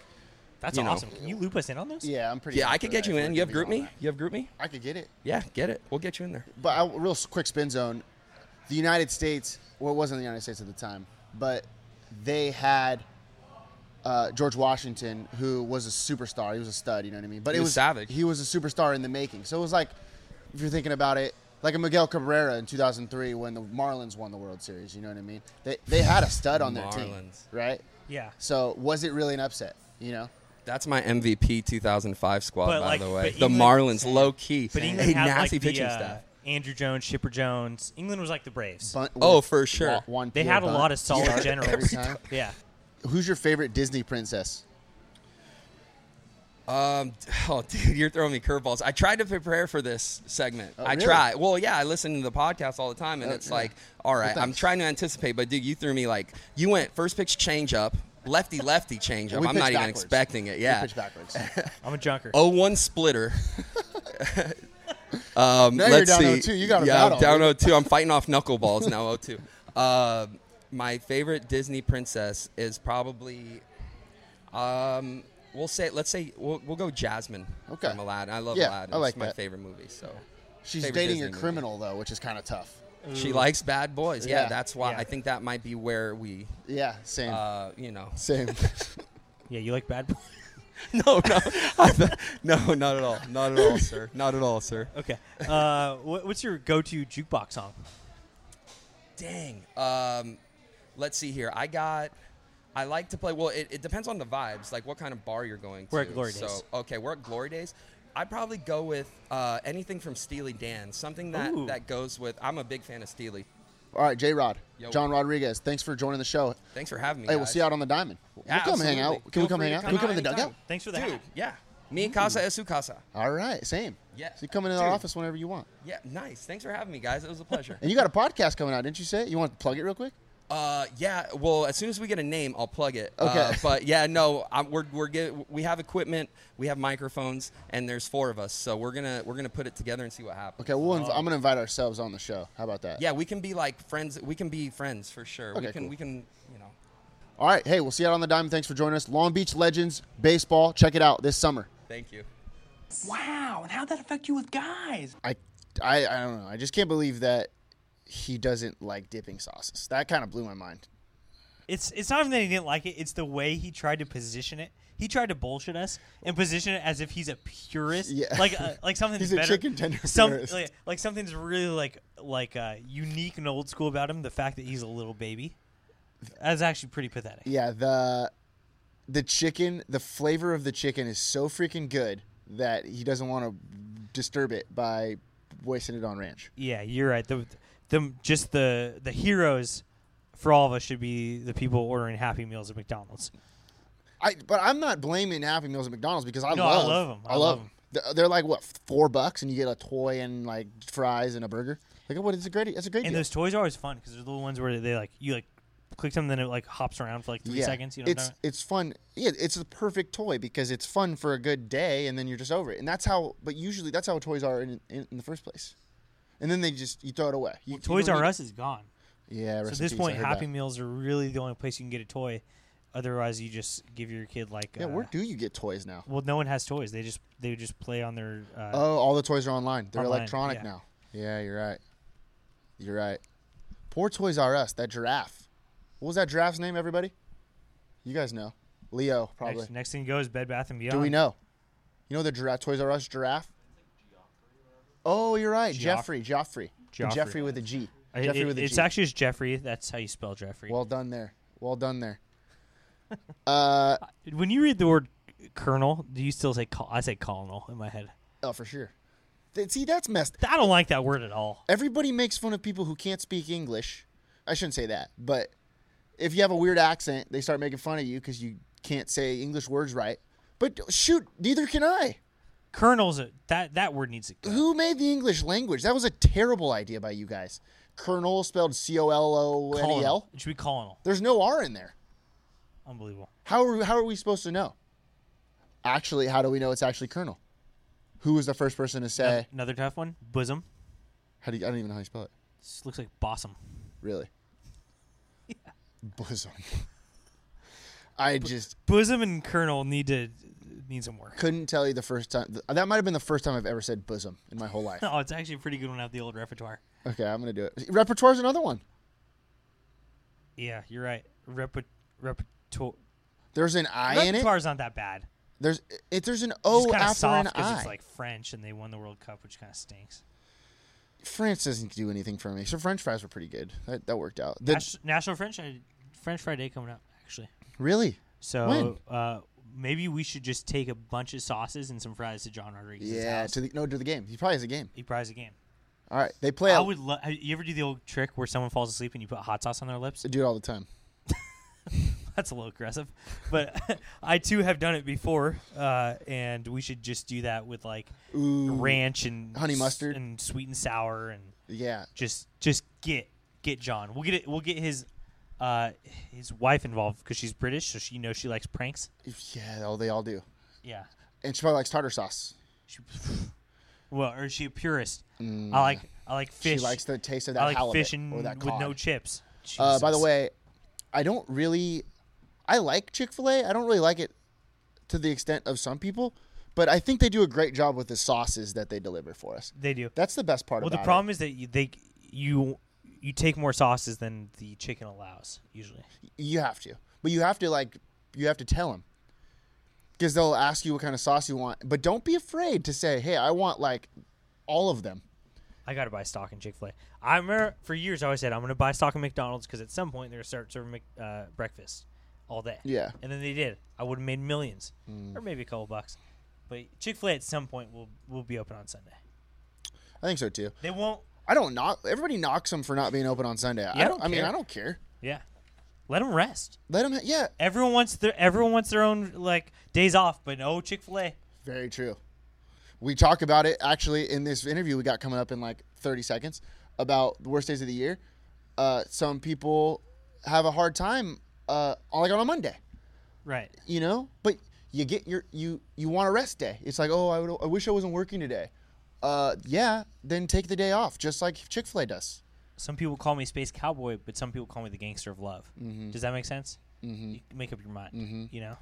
D: That's
F: You know.
D: awesome. Can you loop us in on this?
C: Yeah, I'm pretty.
F: yeah,
C: down
F: I
C: for
F: could get
C: that
F: you
C: if
F: in.
C: we're
F: You have
C: gonna
F: group
C: be on
F: me.
C: that.
F: You have group me.
C: I could get it.
F: Yeah, get it. We'll get you in there.
C: But I, real s- quick spin zone. The United States, well, it wasn't the United States at the time, but they had uh, George Washington, who was a superstar. He was a stud, you know what I mean? But
F: He
C: it
F: was savage.
C: He was a superstar in the making. So it was like, if you're thinking about it, like a Miguel Cabrera in 2003 when the Marlins won the World Series, you know what I mean? They, they had a stud on their team,
F: Marlins.
C: right?
D: Yeah.
C: So was it really an upset, you know?
F: That's my MVP 2005 squad,
D: But,
F: by
D: like,
F: the way.
D: but
F: The
D: England-
F: Marlins, low key,
D: But
F: a
D: England had
F: nasty
D: like
F: pitching
D: the, uh,
F: staff.
D: Andrew Jones, Shipper Jones. England was like the Braves.
C: Bunt
F: Oh,
C: with
F: for sure.
C: wa- One
D: They
C: pure
D: had a
C: bunt
D: lot of solid
C: start
D: generals.
C: Every time.
D: yeah.
C: Who's your favorite Disney princess?
F: Um, oh, dude, you're throwing me curveballs. I tried to prepare for this segment. I
C: Oh, really? Oh,
F: try. Well, yeah, I listen to the podcast all the time, and it's like, all right, I'm
C: thanks.
F: trying to anticipate, but dude, you threw me like you went first pitch change up, lefty lefty change up.
C: We
F: I'm
C: pitched
F: not even
C: backwards.
F: expecting it. Yeah,
C: Pitch backwards.
D: I'm a junker.
F: oh one splitter. um,
C: Now you're
F: let's
C: down
F: see.
C: 0-2. You got a
F: yeah,
C: battle,
F: I'm down
C: dude.
F: 0-2. I'm fighting off knuckleballs now. 0-2. Uh, my favorite Disney princess is probably, um, we'll say, let's say, we'll, we'll go Jasmine
C: Okay.
F: from Aladdin. I love
C: Yeah,
F: Aladdin.
C: I like
F: it's my
C: that.
F: favorite movie. So
C: She's
F: Favorite
C: dating
F: Disney
C: a
F: movie.
C: criminal though, which is kind of tough.
F: she likes bad boys. Yeah,
C: Yeah.
F: that's why
D: Mm. Yeah.
F: I think that might be where we,
C: Yeah, same,
F: uh, you know,
C: same.
D: Yeah, you like bad boys.
F: no, no, I th- no, not at all, not at all, sir, not at all, sir.
D: Okay. Uh, what, what's your go-to jukebox song?
F: Dang. Um, let's see here. I got. I like to play. Well, it, it depends on the vibes, like what kind of bar you're going to.
D: We're at Glory Days.
F: So, okay, we're at Glory Days. I'd probably go with uh, anything from Steely Dan. Something that,
D: Ooh.
F: that goes with. I'm a big fan of Steely.
C: All right, J Rod,
F: Yo.
C: John Rodriguez, thanks for joining the show.
F: Thanks for having me.
C: Hey, we'll
F: guys.
C: see you out on the diamond. We'll
F: Yeah,
C: come hang out.
F: absolutely.
C: Can
F: Feel
C: we come
F: free
C: hang
F: to
C: out? Can we come in the
F: anytime.
C: dugout?
D: Thanks for the
F: Dude,
D: hat.
F: yeah. Me and Casa es su casa.
C: All right, same.
F: Yeah.
C: So you come into our
F: Dude.
C: office whenever you want.
F: Yeah, nice. Thanks for having me, guys. It was a pleasure.
C: And you got a podcast coming out, didn't you say? You want to plug it real quick?
F: Uh, yeah. Well, as soon as we get a name, I'll plug it. Uh,
C: Okay.
F: but yeah, no, I'm, we're we're get, we have equipment, we have microphones, and there's four of us, so we're gonna we're gonna put it together and see what happens.
C: Okay, we'll inv- I'm going to invite ourselves on the show. How about that?
F: Yeah, we can be like friends. We can be friends for sure.
C: Okay,
F: we can
C: cool.
F: we can you know.
C: All right, hey, we'll see you out on the diamond. Thanks for joining us. Long Beach Legends Baseball. Check it out this summer.
F: Thank you.
H: Wow, and how'd that affect you with guys?
C: I, I, I don't know. I just can't believe that he doesn't like dipping sauces. That kind of blew my mind.
D: It's it's not even that he didn't like it. It's the way he tried to position it. He tried to bullshit us and position it as if he's a purist,
C: Yeah.
D: like uh, like something's
C: He's a
D: better.
C: chicken tender purist.
D: like, like something's really like like uh, unique and old school about him. The fact that he's a little baby, that's actually pretty pathetic.
C: Yeah, the the chicken, the flavor of the chicken is so freaking good that he doesn't want to disturb it by wasting it on ranch.
D: Yeah, you're right. The, the just the the heroes for all of us should be the people ordering Happy Meals at McDonald's.
C: I but I'm not blaming Happy Meals at McDonald's because I
D: No, I
C: love
D: love 'em.
C: I, love them. They're- They're like what four bucks and you get a toy and like fries and a burger. Like what? It's a great. It's a great.
D: And
C: deal.
D: those toys are always fun because they're the ones where they like you like click something and it like hops around for like three
C: Yeah.
D: seconds. You know,
C: it's it's fun. Yeah, it's the perfect toy because it's fun for a good day, and then you're just over it. And that's how. But usually, that's how toys are in in, in the first place. And then they just you throw it away. You, you
D: Toys
C: don't
D: R
C: need-
D: Us is gone.
C: Yeah.
D: So
C: rest
D: at
C: in
D: this
C: peace, I
D: point,
C: heard
D: Happy
C: that.
D: Meals are really the only place you can get a toy. Otherwise, you just give your kid like
C: Yeah,
D: uh,
C: where do you get toys now?
D: well, no one has toys. They just they just play on their. Uh,
C: Oh, all the toys are online. They're
D: Online,
C: electronic
D: yeah.
C: now. Yeah, you're right. You're right. Poor Toys R Us. That giraffe. What was that giraffe's name? Everybody. You guys know. Leo, probably.
D: next, next thing goes Bed Bath and Beyond.
C: Do we know? You know the giraffe, Toys R Us giraffe? Oh, you're right. Jeffrey. Joffrey. The
D: Joffrey.
C: Jeffrey with a G.
D: I-
C: Jeffrey
D: it-
C: with a G.
D: it's actually just Jeffrey. That's how you spell Jeffrey.
C: well done there. Well done there.
D: when you read the word colonel, do you still say col- I say colonel in my head.
C: Oh, for sure. Th- See, that's messed.
D: I don't like that word at all.
C: Everybody makes fun of people who can't speak English. I shouldn't say that, but if you have a weird accent, they start making fun of you because you can't say English words right. But shoot, neither can I.
D: Colonel's a, that that word needs to go.
C: Who made the English language? That was a terrible idea by you guys. Colonel spelled C O L O N E L.
D: Colonel. It should be colonel.
C: There's no R in there.
D: Unbelievable.
C: How are, how are we supposed to know? Actually, how do we know it's actually Colonel? Who was the first person to say?
D: Another tough one. Bosom.
C: How do you, I don't even know how you spell it.
D: This looks like bosom.
C: Really? Bosom. I just
D: Bosom and colonel need to need some work.
C: couldn't tell you the first time. th- That might have been the first time I've ever said bosom in my whole life.
D: Oh, it's actually a pretty good one out of the old repertoire.
C: Okay, I'm gonna do it. Repertoire's another one.
D: Yeah, you're right. Reper- repertoire.
C: There's an I in it.
D: Repertoire's not that bad.
C: There's it. There's an
D: It's
C: O
D: just kind of
C: after an
D: soft because
C: I.
D: it's like French and they won the World Cup, which kind of stinks.
C: France doesn't do anything for me. So French fries were pretty good. That, that worked out. The-
D: Nas- National French uh, French Fry Day coming up actually.
C: really?
D: So uh, maybe we should just take a bunch of sauces and some fries to John Rodriguez's
C: Yeah.
D: house.
C: To the, no, to the game. He probably has a game.
D: he buys a game.
C: All right, they play.
D: I
C: out-
D: would. Lo- have you ever do the old trick where someone falls asleep and you put hot sauce on their lips?
C: I do it all the time.
D: That's a little aggressive, but I too have done it before, uh, and we should just do that with like ranch and
C: Honey
D: s-
C: mustard.
D: and sweet and sour and
C: Yeah,
D: just just get get John. We'll get it. We'll get his uh, his wife involved because she's British, so she knows she likes pranks.
C: yeah. Oh, they all do.
D: Yeah.
C: And she probably likes tartar sauce.
D: She, well, or is she a purist? I like I like fish.
C: Mm, She likes the taste of that
D: I like
C: halibut
D: fish and
C: or that
D: with no
C: cod.
D: chips.
C: Uh, by the
D: Jesus.
C: way, I don't really. I like Chick Fil A. I don't really like it to the extent of some people, but I think they do a great job with the sauces that they deliver for us.
D: they do.
C: That's the best part
D: Well,
C: about
D: the problem is that you, they you you take more sauces than the chicken allows usually.
C: it. You have to, but you have to like you have to tell them because they'll ask you what kind of sauce you want. But don't be afraid to say, "Hey, I want like all of them."
D: I gotta buy stock in Chick Fil A. I remember for years I always said I'm gonna buy stock in McDonald's because at some point they're gonna start serving Mc, uh, breakfast all day.
C: Yeah. Mm.
D: and then they did. I would have made millions or maybe a couple bucks. But Chick Fil A at some point will will be open on Sunday.
C: I think so too.
D: They won't.
C: I don't knock. Everybody knocks them for not being open on Sunday. I
D: I
C: don't.
D: don't
C: I mean,
D: care.
C: I don't care.
D: Yeah, let them rest.
C: Let them. yeah,
D: Everyone wants their everyone wants their own like days off, but no Chick Fil A.
C: Very true. We talk about it actually in this interview we got coming up in like 30 seconds about the worst days of the year. Uh, some people have a hard time uh, like on a Monday,
D: Right.
C: you know, but you get your you you want a rest day. It's like oh I, would, I wish I wasn't working today. Uh, yeah, then take the day off just like Chick Fil A does.
D: Some people call me Space Cowboy, but some people call me the Gangster of Love. Does that make sense? Mm-hmm. You make up your mind.
C: Mm-hmm.
D: You know.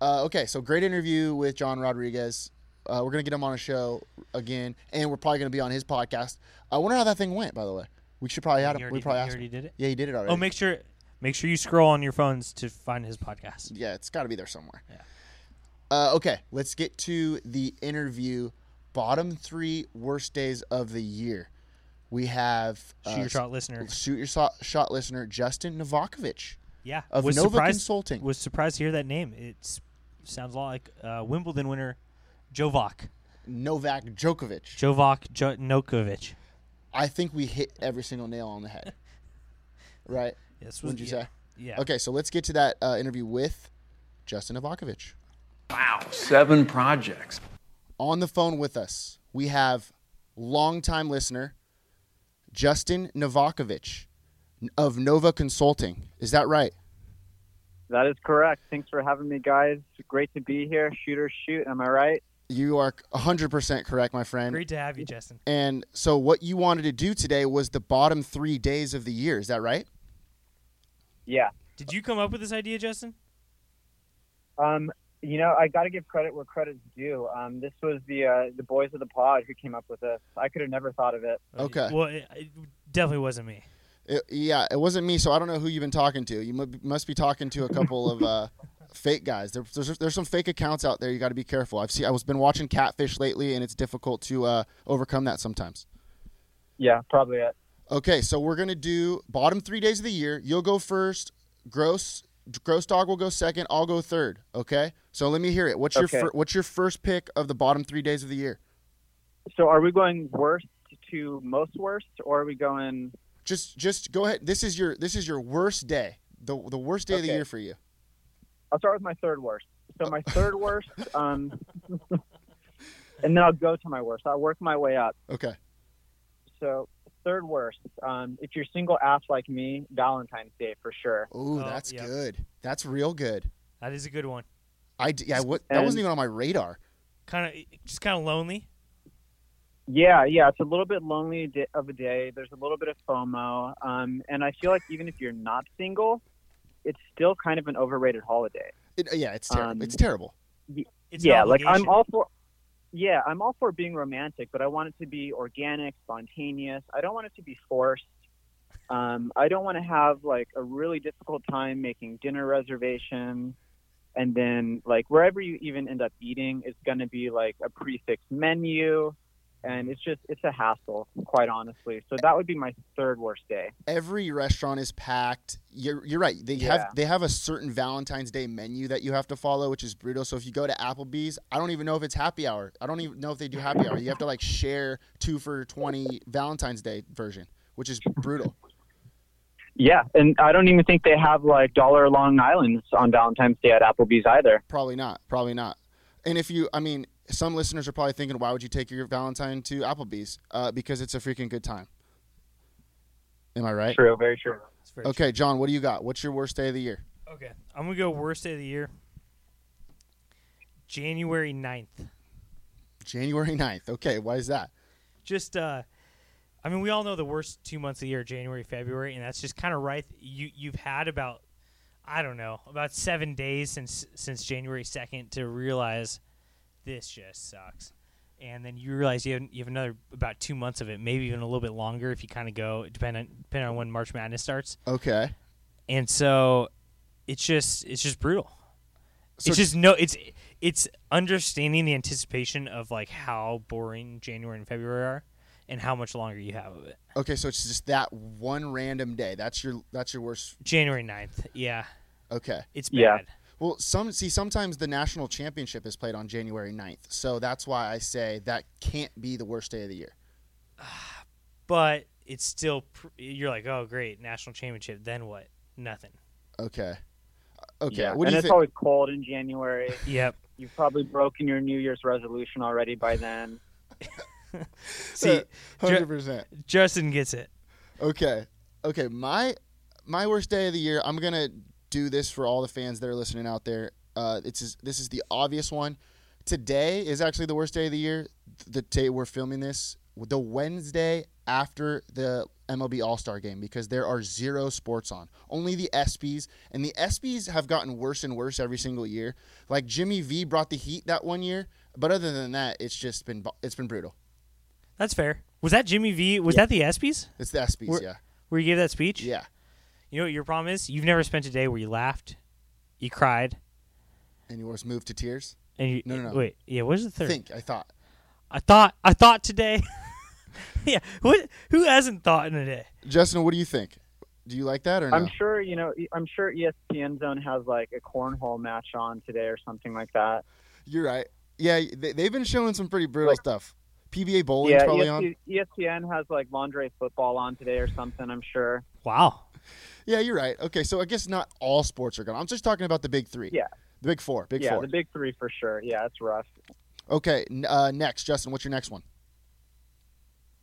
C: Uh, okay, so great interview with John Rodriguez. Uh, we're gonna get him on a show again, and we're probably gonna be on his podcast. I wonder how that thing went. By the way, we should probably add
D: he
C: him.
D: already
C: We probably
D: did- he
C: asked
D: already
C: him.
D: did it?
C: Yeah, he did it already.
D: Oh, make sure make sure you scroll on your phones to find his podcast.
C: yeah, it's got to be there somewhere. Uh, okay, let's get to the interview. Bottom three worst days of the year. We have uh,
D: Shoot your shot, listener.
C: Shoot your so- shot listener Justin Novakovic.
D: Yeah,
C: Of
D: was
C: Nova
D: surprised,
C: Consulting.
D: Was surprised to hear that name. It sounds a lot like uh, Wimbledon winner Jovak,
C: Novak Djokovic.
D: Jovak jo- Nokovic.
C: I think we hit every single nail on the head. Right?
D: Yes,
C: What'd you
D: yeah,
C: say?
D: Yeah.
C: Okay, so let's get to that uh, interview with Justin Novakovic.
E: Seven projects.
C: On the phone with us, we have longtime listener Justin Novakovic of Nova Consulting. Is that right?
I: That is correct. Thanks for having me, guys. Great to be here. Shooters shoot. Am I right?
C: You are 100% correct, my friend.
D: Great to have you, Justin.
C: And so, what you wanted to do today was the bottom three days of the year. Is that right?
I: Yeah.
D: Did you come up with this idea, Justin?
I: Um, you know, I got to give credit where credit's due. Um, this was the uh, the boys of the pod who came up with this. I could have never thought of it.
C: Okay.
D: Well, it, it definitely wasn't me.
C: It- yeah, it wasn't me, so I don't know who you've been talking to. You mu- must be talking to a couple of uh, fake guys. There, there's there's some fake accounts out there. You got to be careful. I've seen I was been watching catfish lately, and it's difficult to uh, overcome that sometimes.
I: Yeah, probably it.
C: Okay, so we're gonna do bottom three days of the year. You'll go first. Gross Gross Dog will go second. I'll go third. Okay, so let me hear it. What's your
I: Okay.
C: fir- what's your first pick of the bottom three days of the year?
I: So, are we going worst to most worst, or are we going?
C: Just just go ahead. This is your this is your worst day. The the worst day of the
I: Okay.
C: year for you.
I: I'll start with my third worst. So, my third worst, um, and then I'll go to my worst. I'll work my way up.
C: Okay.
I: So, third worst. Um, if you're single ass like me, Valentine's Day for sure.
C: Ooh,
D: Oh,
C: that's
D: yeah.
C: good. That's real good.
D: That is a good one.
C: I d- yeah, what, that
I: And-
C: wasn't even on my radar.
D: Kind of just kind of lonely.
I: Yeah, yeah, it's a little bit lonely da- of a day. There's a little bit of FOMO, um, and I feel like even if you're not single, it's still kind of an overrated holiday.
C: It, uh, yeah, it's terrible.
I: Um,
C: it's terrible.
D: It's an
I: yeah, like I'm
D: obligation.
I: all for. Yeah, I'm all for being romantic, but I want it to be organic, spontaneous. I don't want it to be forced. Um, I don't want to have like a really difficult time making dinner reservations, and then like wherever you even end up eating is going to be like a prefix menu. and it's just it's a hassle, quite honestly. So that would be my third worst day.
C: Every restaurant is packed. You're, you're right. They
I: Yeah.
C: have they have a certain Valentine's Day menu that you have to follow, which is brutal. So if you go to Applebee's, I don't even know if it's happy hour. I don't even know if they do happy hour. You have to like share two for twenty Valentine's Day version, which is brutal.
I: Yeah, and I don't even think they have like dollar Long Island's on Valentine's Day at Applebee's either.
C: Probably not. Probably not. And if you, I mean, some listeners are probably thinking, why would you take your Valentine to Applebee's? Uh, because it's a freaking good time. Am I right?
I: True, very true.
D: It's very
C: Okay, John, what do you got? What's your worst day of the year?
D: true. Okay. I'm gonna go worst day of the year. January 9th.
C: January 9th. Okay, why is that?
D: just uh I mean, we all know the worst two months of the year, January, February, and that's just kind of right. You you've had about, I don't know, about seven days since since January second to realize this just sucks, and then you realize you have you have another about two months of it, maybe even a little bit longer if you kind of go depending depending on when March Madness starts,
C: Okay.
D: and so it's just it's just brutal.
C: So-
D: it's just no, it's it's understanding the anticipation of like how boring January and February are, and how much longer you have of it.
C: Okay, so it's just that one random day. That's your that's your worst.
D: January 9th. Yeah.
C: Okay.
D: It's bad.
I: Yeah.
C: Well, some see sometimes the national championship is played on January 9th. So that's why I say that can't be the worst day of the year.
D: But it's still pr- you're like, "Oh, great, national championship, then what?" Nothing.
C: Okay. Uh, Okay.
I: Yeah,
C: What do
I: and
C: you
I: it's
C: think?
I: always cold in January.
D: Yep.
I: You've probably broken your New Year's resolution already by then.
C: Uh,
D: See,
C: Hundred percent.
D: Justin gets it.
C: Okay. Okay. My my worst day of the year. I'm gonna do this for all the fans that are listening out there. Uh, it's is- this is the obvious one. Today is actually the worst day of the year. The day we're filming this, the Wednesday after the MLB All Star Game, because there are zero sports on. Only the ESPYS, and the ESPYS have gotten worse and worse every single year. Like Jimmy V brought the heat that one year, but other than that, it's just been bu- it's been brutal.
D: That's fair. Was that Jimmy V? Was that the ESPYS?
C: It's the ESPYS,
D: We're-
C: yeah,
D: Where you gave that speech?
C: yeah.
D: You know what your problem is? You've never spent a day where you laughed, you cried,
C: And yours moved to tears.
D: and you
C: No, no, no.
D: Wait, yeah, what was the third?
C: think I thought.
D: I thought I thought today. yeah. What who hasn't thought in a day?
C: Justin, what do you think? Do you like that or no?
I: I'm sure you know. e, I'm sure ESPN Zone has like a cornhole match on today or something like that.
C: You're right. Yeah, they, they've been showing some pretty brutal stuff. PBA bowling's
I: yeah, E
C: probably on.
I: ESP ESPN has like laundry football on today or something. I'm sure.
D: Wow.
C: Yeah, you're right. Okay, so I guess not all sports are going. I'm just talking about the big three.
I: Yeah.
C: the big four. Big
I: yeah,
C: four.
I: the big three for sure. Yeah, it's rough.
C: okay, n- uh, next, Justin, what's your next one?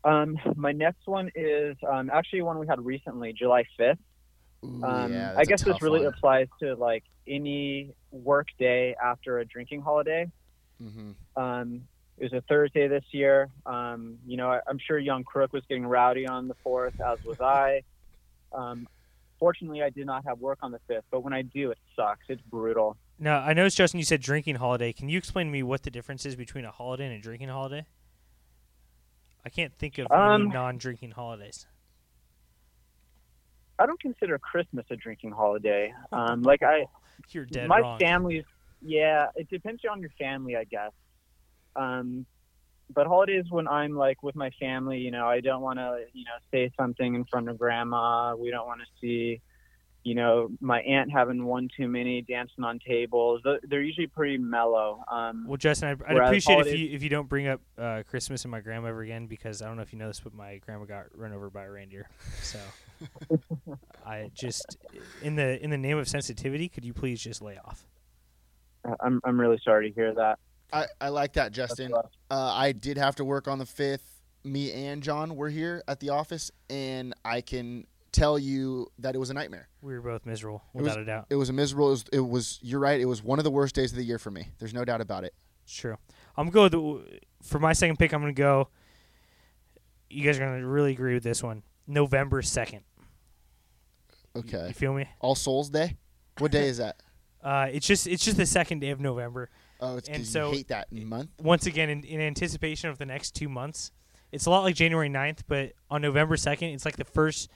I: Um, my next one is um, actually one we had recently, July 5th.
C: Ooh,
I: Um,
C: yeah, that's
I: I
C: a
I: guess this
C: tough
I: really
C: one.
I: applies to like any work day after a drinking holiday.
C: Mhm.
I: Um, it was a Thursday this year. Um, you know, I, I'm sure Young Crook was getting rowdy on the fourth, as was I. Um, fortunately, I did not have work on the fifth, but when I do, it sucks. It's brutal.
D: Now I noticed Justin, you said drinking holiday. Can you explain to me what the difference is between a holiday and a drinking holiday? I can't think of
I: Um,
D: any non-drinking holidays.
I: I don't consider Christmas a drinking holiday. Um, like I,
D: You're dead
I: my
D: wrong.
I: family's yeah it depends on your family i guess um but holidays when i'm like with my family you know i don't want to you know say something in front of grandma we don't want to see you know my aunt having one too many dancing on tables Th- they're usually pretty mellow um
D: well, Justin, I'd, I'd
I: Whereas
D: appreciate if
I: holidays-
D: you if you don't bring up uh, Christmas and my grandma ever again because I don't know if you know this, but my grandma got run over by a reindeer. So I just in the in the name of sensitivity, could you please just lay off?
I: i'm i'm really sorry to hear that
C: I, I like that,
I: That's
C: Justin.
I: rough.
C: Uh, I did have to work on the fifth. Me and John were here at the office, and I can tell you that it was a nightmare.
D: We were both miserable,
C: was-
D: without a doubt.
C: It was a miserable. It was, it was. You're right. It was one of the worst days of the year for me. There's no doubt about it.
D: It's true. I'm going to, for my second pick. I'm going to go. You guys are going to really agree with this one. November second.
C: Okay.
D: You feel me?
C: All Souls Day. What day is that?
D: Uh, it's just it's just the second day of November.
C: Oh, it's
D: And
C: because
D: so-
C: you hate that month.
D: Once again, in, in anticipation of the next two months, it's a lot like January 9th, but on November second, it's like the first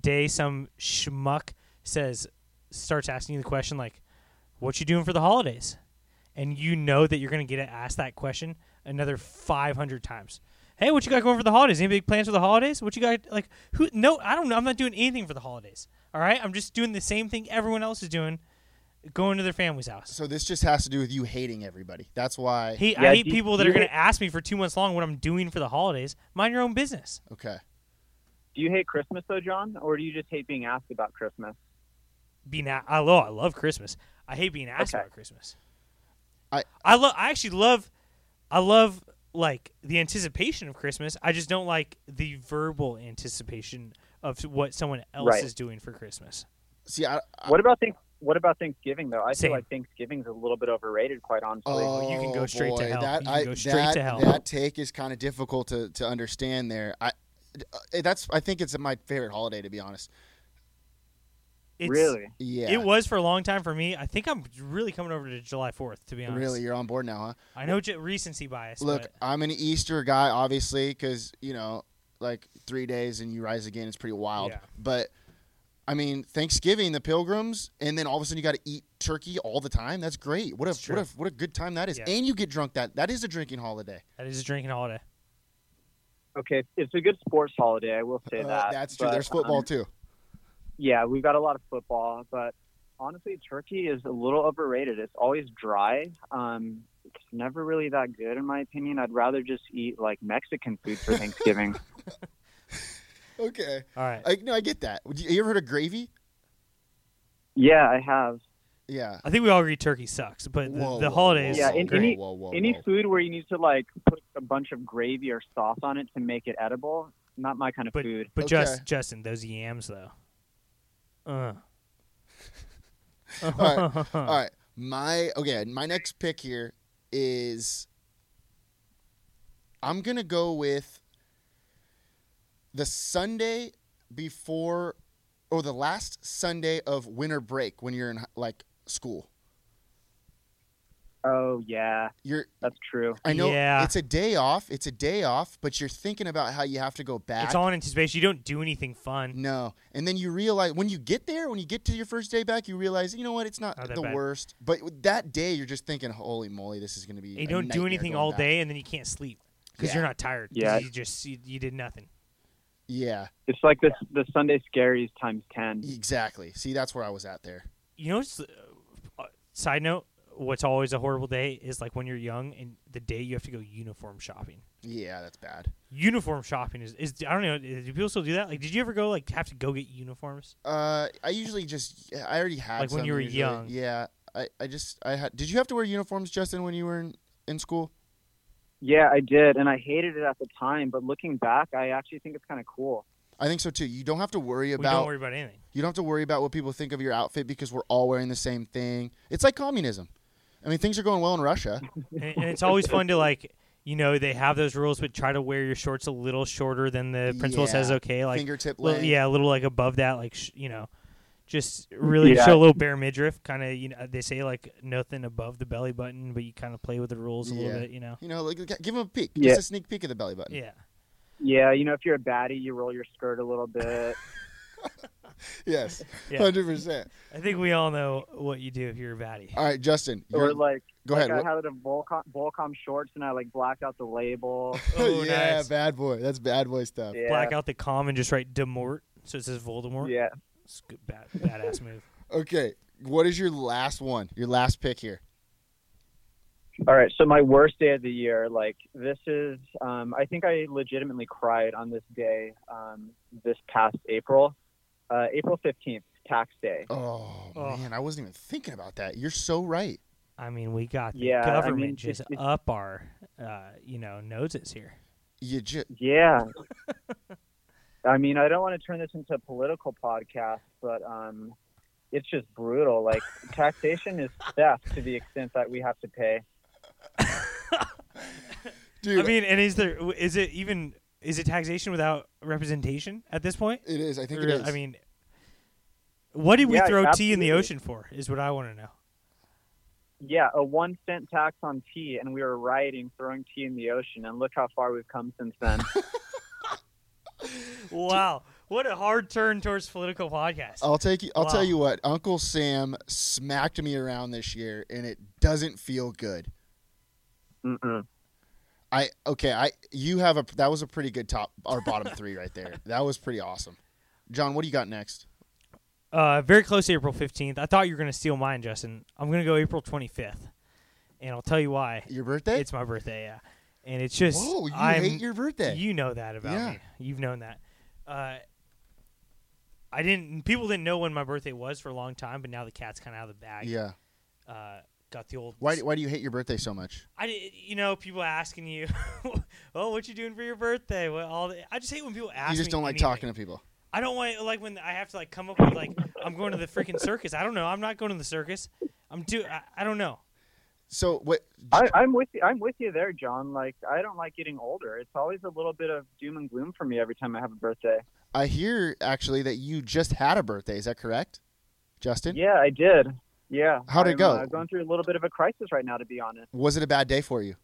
D: day some schmuck says starts asking you the question like, "What you doing for the holidays?" And you know that you're going to get asked that question another 500 times. hey, what you got going for the holidays? Any big plans for the holidays? What you got like who no, I don't know. I'm not doing anything for the holidays. All right? I'm just doing the same thing everyone else is doing, going to their family's house.
C: So this just has to do with you hating everybody. That's why.
D: Hey,
I: Yeah,
D: I hate
I: do-
D: people that
I: do
D: are
I: you-
D: going to ask me for two months long what I'm doing for the holidays. Mind your own business.
C: Okay.
I: Do you hate Christmas though, John, or do you just hate being asked about Christmas?
D: Being a- I love, I love Christmas. I hate being asked
I: Okay.
D: about Christmas.
C: I-
D: I love. I actually love. I love like the anticipation of Christmas. I just don't like the verbal anticipation of what someone else
I: Right.
D: is doing for Christmas.
C: See, I, I
I: What about think? What about Thanksgiving though? I
D: Uh, Same.
I: feel like Thanksgiving's a little bit overrated, quite honestly.
C: oh,
D: you can go straight to
C: boy,
D: hell.
C: That,
D: You can
C: I-
D: go straight
C: that-
D: to hell.
C: That take is kind of difficult to, to understand there. I uh, that's I think it's my favorite holiday to be honest.
D: It's,
I: really?
C: Yeah.
D: It was for a long time for me. I think I'm really coming over to July 4th, to be honest.
C: Really, you're on board now, huh?
D: I know j- recency bias.
C: Look,
D: but
C: I'm an Easter guy, obviously, because you know, like three days and you rise again is pretty wild.
D: Yeah.
C: But I mean, Thanksgiving, the Pilgrims, and then all of a sudden you got to eat turkey all the time. That's great. What a
D: true.
C: what a what a good time that is.
D: Yeah.
C: And you get drunk. That that is a drinking holiday.
D: that is a drinking holiday.
I: Okay, it's a good sports holiday. I will say
C: Uh,
I: that.
C: that's true.
I: but,
C: There's football
I: um,
C: too.
I: yeah, we've got a lot of football, but honestly, turkey is a little overrated. It's always dry. Um, it's never really that good, in my opinion. I'd rather just eat like Mexican food for Thanksgiving.
C: Okay.
D: All right. I,
C: I no, I get that. Would You, you ever heard of gravy?
I: yeah, I have.
C: Yeah.
D: think we all agree turkey sucks, but the,
C: Whoa,
D: the
C: whoa,
D: holidays.
I: Yeah,
C: whoa,
I: in-
C: whoa,
I: any-
C: whoa, whoa,
I: Any
C: whoa.
I: food where you need to like put a bunch of gravy or sauce on it to make it edible, not my kind of
D: But
I: food.
D: but
C: Okay.
D: just Justin, those yams though. Uh.
C: All All right. My okay, my next pick here is I'm going to go with the Sunday before or the last Sunday of winter break when you're in like school.
I: Oh yeah,
C: You're
I: that's true.
C: I know
D: Yeah.
C: it's a day off, it's a day off, but you're thinking about how you have to go back.
D: It's all in anticipation. You don't do anything fun.
C: no. And then you realize when you get there, when you get to your first day back, you realize, you know what, it's not,
D: Not that
C: the
D: bad.
C: worst. But with that day you're just thinking, holy moly, this is going to be
D: You
C: a
D: don't do
C: nightmare
D: anything
C: going
D: all
C: back."
D: day, and then you can't sleep because
C: Yeah.
D: you're not tired. 'cause
I: Yeah.
D: you just you, you did nothing.
C: Yeah,
I: It's like this the Sunday scaries times ten.
C: exactly. See, that's where I was at there.
D: You know. what's, uh, uh, side note: What's always a horrible day is like when you're young and the day you have to go uniform shopping.
C: Yeah, that's bad.
D: Uniform shopping is, is I don't know. Do people still do that? Like, did you ever go like have to go get uniforms?
C: Uh, I usually just I already had
D: Like when
C: some
D: you were
C: usually.
D: young.
C: Yeah, I, I just I had. Did you have to wear uniforms, Justin, when you were in, in school?
I: Yeah, I did, and I hated it at the time. But looking back, I actually think it's kind of cool.
C: I think so too. You don't have to worry
D: we
C: about
D: don't worry about anything.
C: you don't have to worry about what people think of your outfit because we're all wearing the same thing. It's like communism. I mean, things are going well in Russia.
D: and, and it's always fun to like you know they have those rules but try to wear your shorts a little shorter than the principal
C: Yeah.
D: says okay like
C: Fingertip
D: li-
C: length.
D: yeah a little like above that like sh- you know just really
I: Yeah.
D: show a little bare midriff kind of you know they say like nothing above the belly button but you kind of play with the rules a
C: Yeah.
D: little bit you know
C: You know, like give them a peek,
I: Yeah.
C: just a sneak peek of the belly button.
D: yeah
I: Yeah, you know, if you're a baddie, you roll your skirt a little bit.
C: Yes,
D: Yeah.
C: hundred percent.
D: i think we all know what you do if you're a baddie
C: All right, Justin.
I: or
C: you're-
I: like,
C: go
I: like
C: ahead. What-
I: I had a Volcom, Volcom shorts and I like blacked out the label.
D: oh
C: yeah,
D: nice
C: bad boy. That's bad boy stuff.
I: Yeah.
D: black out the com and just write demort so it says voldemort
I: Yeah.
D: it's a good, bad, badass move
C: Okay, what is your last one? Your last pick here.
I: All right. So my worst day of the year, like this is, um, I think I legitimately cried on this day um, this past April, uh, April 15th, tax day.
C: Oh,
D: Oh.
C: man, I wasn't even thinking about that. You're so right.
D: I mean, we got the
I: Yeah, I mean,
D: government
I: it-
D: just
I: it-
D: up our, uh, you know, noses here.
C: You just
I: Yeah. I mean, I don't want to turn this into a political podcast, but um, it's just brutal. Like taxation is theft to the extent that we have to pay.
C: dude.
D: I mean, and is there is it even is it taxation without representation at this point?
C: it is. I think
D: Or,
C: it is.
D: I mean, what did we
I: Yeah,
D: throw tea in the
I: absolutely.
D: ocean for? Is what I want to know.
I: Yeah, a one cent tax on tea, and we were rioting, throwing tea in the ocean, and look how far we've come since then.
D: Wow, what a hard turn towards political podcast.
C: I'll take you. I'll
D: Wow.
C: tell you what. Uncle Sam smacked me around this year, and it doesn't feel good.
I: Mm-mm.
C: I okay. I you have a that was a pretty good top or bottom three right there. That was pretty awesome. John, what do you got next?
D: Uh, very close to April 15th. I thought you were going to steal mine, Justin. I'm going to go April 25th. And I'll tell you why.
C: Your birthday?
D: It's my birthday, yeah. And it's just.
C: Whoa, you
D: I'm-
C: hate your birthday.
D: You know that about
C: Yeah.
D: me. You've known that. Uh, I didn't. People didn't know when my birthday was for a long time, but now the cat's kind of out of the bag.
C: yeah.
D: Uh, got the old.
C: Why do- why do you hate your birthday so much?
D: I di- you know people asking you, oh, what you doing for your birthday? What all? The, I just hate when people ask.
C: You
D: me
C: just don't like
D: anything.
C: talking to people.
D: I don't want like when I have to like come up with like I'm going to the freaking circus. I don't know. I'm not going to the circus. I'm do. I, I don't know.
C: So what?
I: I, I'm with you. I'm with you there, John. Like I don't like getting older. It's always a little bit of doom and gloom for me every time I have a birthday.
C: I hear actually that you just had a birthday. Is that correct, Justin?
I: Yeah, I did. Yeah.
C: How'd it
I: I'm,
C: go?
I: Uh, going through a little bit of a crisis right now, to be honest.
C: Was it a bad day for you?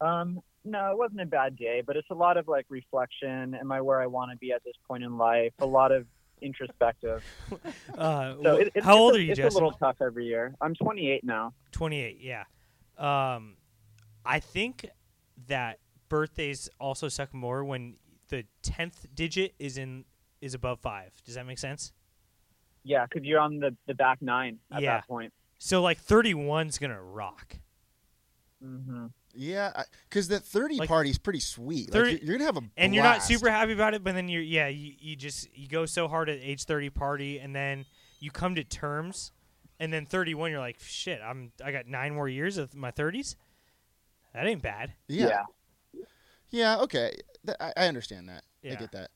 I: Um, no, it wasn't a bad day, but it's a lot of like reflection. Am I where I want to be at this point in life? A lot of introspective.
D: Uh,
I: So
D: wh-
I: it, it's,
D: how old
I: it's a-
D: are you,
I: It's
D: Justin?
I: a little tough every year. I'm 28 now.
D: 28. Yeah. Um, I think that birthdays also suck more when the tenth digit is in is above five. Does that make sense?
I: Yeah, because you're on the, the back nine at
D: Yeah.
I: that point.
D: So like 31's gonna rock.
I: hmm
C: Yeah, because the thirty
D: Like-
C: party's pretty sweet. Like,
D: 30
C: you're, you're gonna have a
D: and you're not
C: blast.
D: super happy about it but then you're yeah you, you just you go so hard at age 30 party and then you come to terms and then 31 you're like shit i'm i got nine more years of my 30s that ain't bad
C: Yeah.
I: Yeah.
C: Yeah. okay. Th- I, I understand that. I
D: Yeah.
C: get that.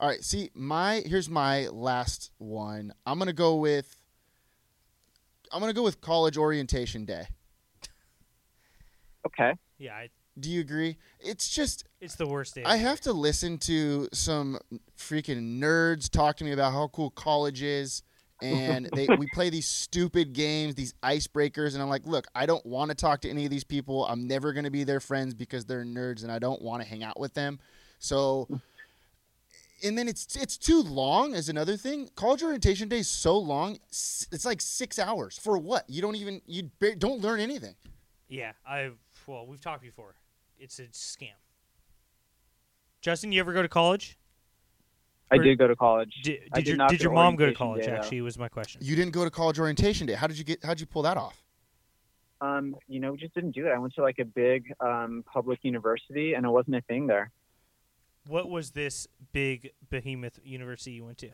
C: All right. See, my here's my last one. I'm gonna go with. I'm gonna go with college orientation day.
I: Okay.
D: yeah I,
C: Do you agree? It's just
D: it's the worst day
C: I have to listen to some freaking nerds talk to me about how cool college is, and they we play these stupid games, these icebreakers, and I'm like, look, I don't want to talk to any of these people. I'm never going to be their friends because they're nerds, and I don't want to hang out with them. So, and then it's it's too long is another thing. College orientation day is so long; S- it's like six hours for what? You don't even you ba- don't learn anything.
D: yeah i well we've talked before it's a scam justin you ever go to college
I: I
D: Or-
I: did go to college.
D: did, did,
I: I did
D: your,
I: not
D: did
I: go
D: your
I: to
D: mom go to
I: orientation
D: college
I: day, though.
D: actually was my question
C: You didn't go to college orientation day. How did you get? How'd you pull that off?
I: Um, you know, we just didn't do it. I went to like a big um, public university, and it wasn't a thing there.
D: what was this big behemoth university you went to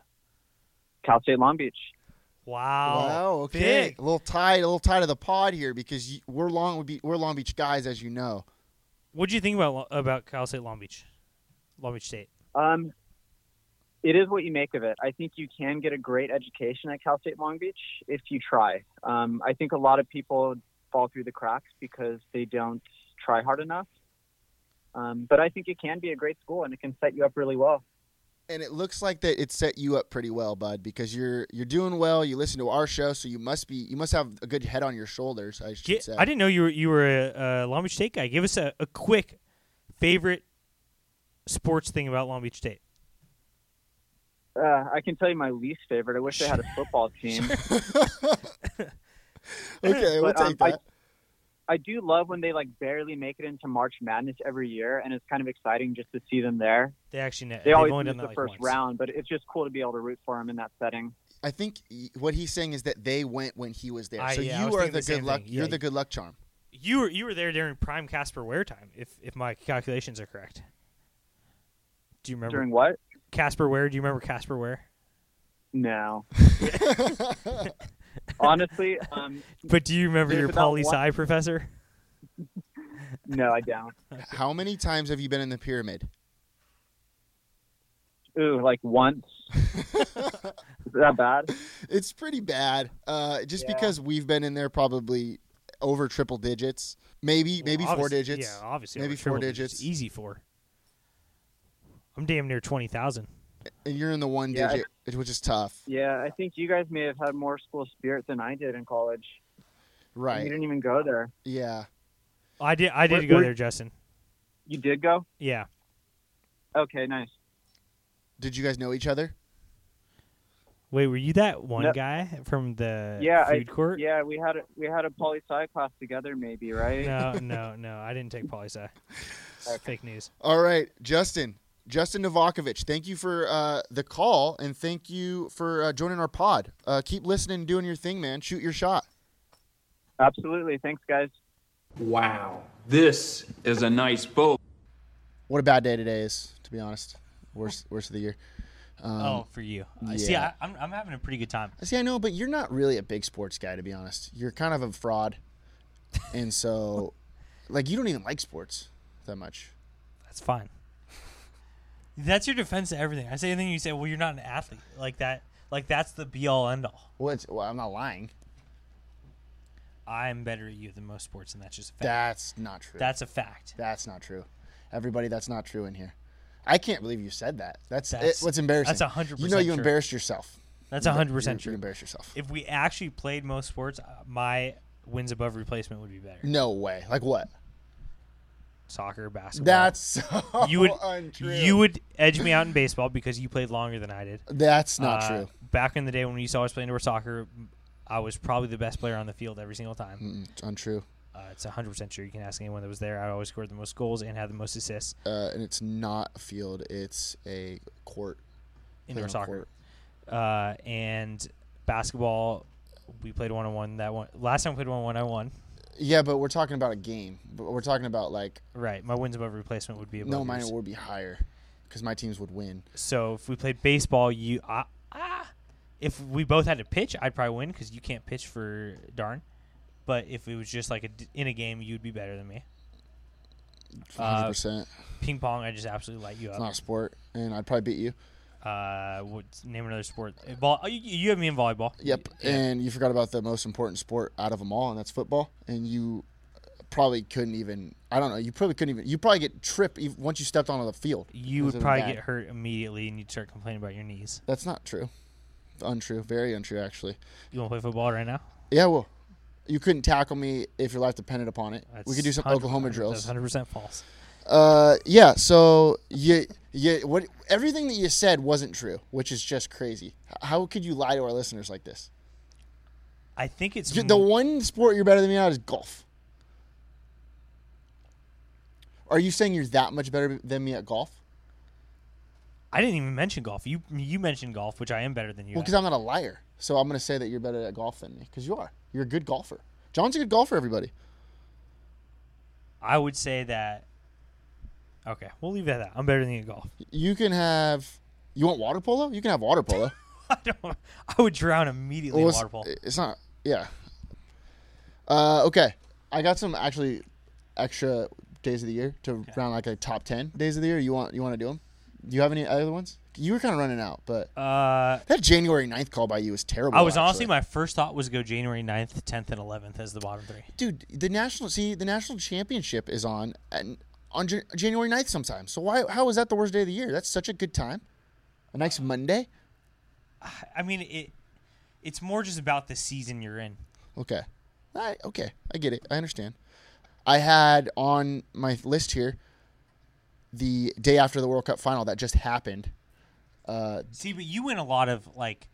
I: Cal State Long Beach.
D: wow
C: Wow. Okay.
D: big.
C: A little tied, a little tied to the pod here because you, we're Long we be, we're Long Beach guys, as you know.
D: What do you think about Lo- about Cal State Long Beach, Long Beach State?
I: Um, it is what you make of it. I think you can get a great education at Cal State Long Beach if you try. Um, I think a lot of people fall through the cracks because they don't try hard enough. Um, but I think it can be a great school, and it can set you up really well.
C: And it looks like that it set you up pretty well, bud, because you're you're doing well. You listen to our show, so you must be you must have a good head on your shoulders. I should
D: Get-
C: say.
D: I didn't know you were you were a, a Long Beach State guy. Give us a, a quick favorite sports thing about Long Beach State.
I: Uh, I can tell you my least favorite. I wish I had a football team.
C: okay, we'll
I: But, um,
C: take that.
I: I do love when they like barely make it into March Madness every year, and it's kind of exciting just to see them there.
D: They actually ne-
I: They
D: have
I: always
D: only
I: miss
D: done that
I: the
D: like
I: first
D: once.
I: round, but it's just cool to be able to root for them in that setting.
C: I, think y- what he's saying is that they went when he was there.
D: I-
C: so
D: yeah, I
C: you
D: was
C: are
D: thinking
C: the
D: the
C: good
D: same
C: luck.
D: thing.
C: You're
D: Yeah,
C: the good luck charm.
D: You were you were there during prime Casper Ware time, if if my calculations are correct. Do you remember
I: During what?
D: Casper Ware? Do you remember Casper Ware?
I: No. Honestly, um,
D: But do you remember
I: There's
D: your
I: about
D: poli sci professor?
I: no, I don't.
C: How many times have you been in the pyramid?
I: Ooh, like once. Is that bad?
C: It's pretty bad. Uh, just
I: Yeah.
C: because we've been in there probably over triple digits, maybe maybe
D: Well,
C: four
D: obviously-
C: digits.
D: Yeah, obviously.
C: Maybe
D: over
C: four
D: triple digits.
C: digits.
D: Easy four. I'm damn near twenty thousand.
C: and you're in the one
I: Yeah, I-
C: digit, which is tough,
I: Yeah, I think you guys may have had more school spirit than I did in college. You
C: right?
I: didn't even go there.
C: Yeah,
D: I did. I did
I: Were-
D: go
I: were-
D: there, Justin.
I: You did go?
D: Yeah.
I: Okay, nice.
C: did you guys know each other?
D: Wait, were you that one
I: No.
D: guy from the
I: yeah, I,
D: food court?
I: yeah, we had a, we had a poli sci class together, maybe, right?
D: No, no, no. I didn't take poli sci. It's Fake news.
C: All right, Justin. Justin Novakovich, thank you for uh, the call and thank you for uh, joining our pod. Uh, keep listening and doing your thing, man. Shoot your shot.
I: Absolutely. Thanks, guys.
J: Wow. This is a nice boat.
C: What a bad day today is, to be honest. Worst, worst of the year. Um,
D: oh, for you. I See,
C: yeah.
D: I, I'm, I'm having a pretty good time.
C: See, I know, but you're not really a big sports guy, to be honest. You're kind of a fraud, and so, like, you don't even like sports that much.
D: That's fine. That's your defense to everything. I say anything, you say, "Well, you're not an athlete." Like that. Like that's the be all end all.
C: Well, it's, well I'm not lying.
D: I'm better at you than most sports, and that's just a fact.
C: That's not true.
D: that's a fact.
C: that's not true. Everybody, that's not true in here. I can't believe you said that. That's,
D: That's-
C: it, what's embarrassing.
D: that's 100%
C: You know, you
D: true.
C: embarrassed yourself.
D: That's hundred percent
C: You- You
D: true.
C: embarrassed yourself.
D: If we actually played most sports, uh, my wins above replacement would be better.
C: No way. Like what?
D: Soccer, basketball.
C: That's so
D: you would
C: untrue.
D: you would edge me out in baseball because you played longer than I did.
C: That's not
D: Uh,
C: true.
D: Back in the day when we used to always play indoor soccer, I was probably the best player on the field every single time.
C: It's Mm, untrue.
D: Uh, it's 100% sure. You can ask anyone that was there. I always scored the most goals and had the most assists.
C: Uh, and it's not a field. It's a court.
D: indoor
C: on
D: soccer.
C: court.
D: Uh, and basketball, we played one on one. That one last time we played one on one, I won.
C: Yeah, but we're talking about a game. But We're talking about like
D: Right, my wins above replacement would be above
C: no, mine
D: yours.
C: would be higher because my teams would win.
D: So if we played baseball, you ah, ah if we both had to pitch, I'd probably win because you can't pitch for darn. But if it was just like a d in a game, you'd be better than me.
C: 100%. it's
D: Ping pong, I just absolutely light you
C: not
D: up.
C: a sport, and I'd probably beat you.
D: Uh, what's, name another sport. Uh, Ball, oh, you, you have me in volleyball.
C: Yep. And you forgot about the most important sport out of them all, and that's football. And you probably couldn't even. I don't know. You probably couldn't even. You probably get tripped ev once you stepped onto the field.
D: You
C: This
D: would
C: isn't
D: probably
C: bad.
D: get hurt immediately, and you'd start complaining about your knees.
C: That's not true. Untrue. Very untrue, actually.
D: You want to play football right now?
C: Yeah. Well, you couldn't tackle me if your life depended upon it. we could do some
D: That's
C: Oklahoma
D: 100
C: drills.
D: That's 100% false.
C: Uh, yeah. So you, you, what? Everything that you said wasn't true, which is just crazy. H- How could you lie to our listeners like this?
D: I think it's
C: J- The
D: m-
C: one sport you're better than me at is golf. Are you saying you're that much better than me at golf?
D: I didn't even mention golf. You you mentioned golf, which I am better than you.
C: Well,
D: at.
C: because I'm not a liar, so I'm gonna say that you're better at golf than me. Because you are. You're a good golfer. John's a good golfer. Everybody.
D: I would say that. Okay, we'll leave that out. I'm better than you at golf.
C: You can have. You want water polo? You can have water polo.
D: I don't. I would drown immediately
C: Well,
D: in
C: it's-
D: water polo.
C: It's not. Yeah. Uh, okay, I got some actually extra days of the year to round like a top ten days of the year. You want you want to do them? Do you have any other ones? You were kind of running out, but
D: Uh,
C: that January 9th call by you was terrible.
D: I was
C: actually.
D: honestly my first thought was go January 9th, 10th, and 11th as the bottom three.
C: dude. The national see the national championship is on and on Jan- January 9th sometimes. So why how is that the worst day of the year? That's such a good time. A nice Monday.
D: I mean it. It's more just about the season you're in.
C: Okay. I, okay. I get it. I understand. I had on my list here the day after the World Cup final that just happened.
D: See, but you win a lot of like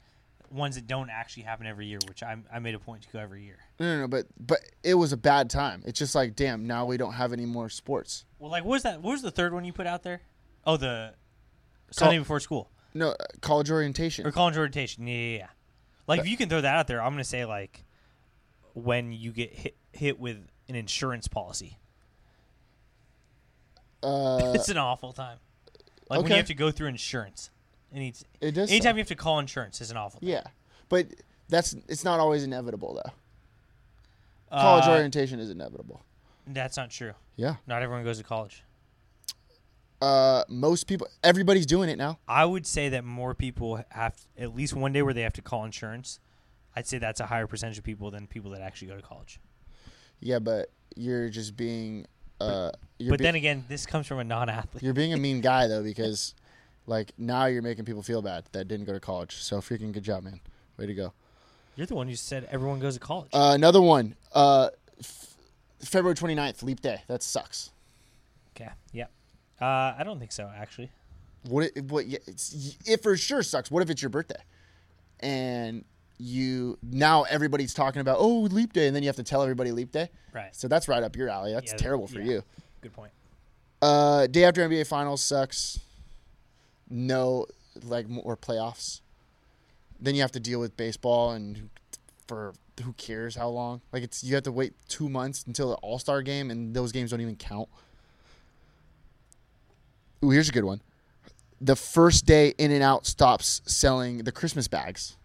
D: ones that don't actually happen every year, which I'm, I made a point to go every year.
C: No, no, no, but but it was a bad time. It's just like, damn, now we don't have any more sports.
D: Well, like what was that? What was the third one you put out there? Oh, the Sunday before school.
C: No, uh, college orientation.
D: Or college orientation. Yeah, yeah, yeah. Like if you can throw that out there, I'm gonna say like when you get hit hit with an insurance policy. it's an awful time. Like when
C: Uh, okay.
D: you have to go through insurance. Any,
C: It does
D: anytime
C: suck.
D: you have to call insurance is an awful time.
C: Yeah. But that's it's not always inevitable though. College
D: Uh,
C: orientation is inevitable.
D: That's not true.
C: Yeah.
D: Not everyone goes to college.
C: Uh most people everybody's doing it now.
D: I would say that more people have at least one day where they have to call insurance. I'd say that's a higher percentage of people than people that actually go to college.
C: Yeah, but you're just being uh you're
D: But
C: be-
D: then again, this comes from a non-athlete.
C: You're being a mean guy though because like now you're making people feel bad that didn't go to college. So freaking good job, man. Way to go.
D: You're the one who said everyone goes to college.
C: Uh, another one. Uh f- February 29th, leap day. That sucks.
D: okay. Yep. Uh, I don't think so, actually.
C: What it, what yeah, it's, it for sure sucks. What if it's your birthday? and you now everybody's talking about oh leap day, and then you have to tell everybody leap day.
D: Right.
C: So that's right up your alley. That's
D: Yeah,
C: terrible for
D: yeah.
C: you.
D: Good point.
C: Uh, day after NBA Finals sucks. No, like more playoffs. Then you have to deal with baseball and for who cares how long. Like it's you have to wait two months until the All Star game, and those games don't even count. Ooh, here's a good one. The first day In and Out stops selling the Christmas bags.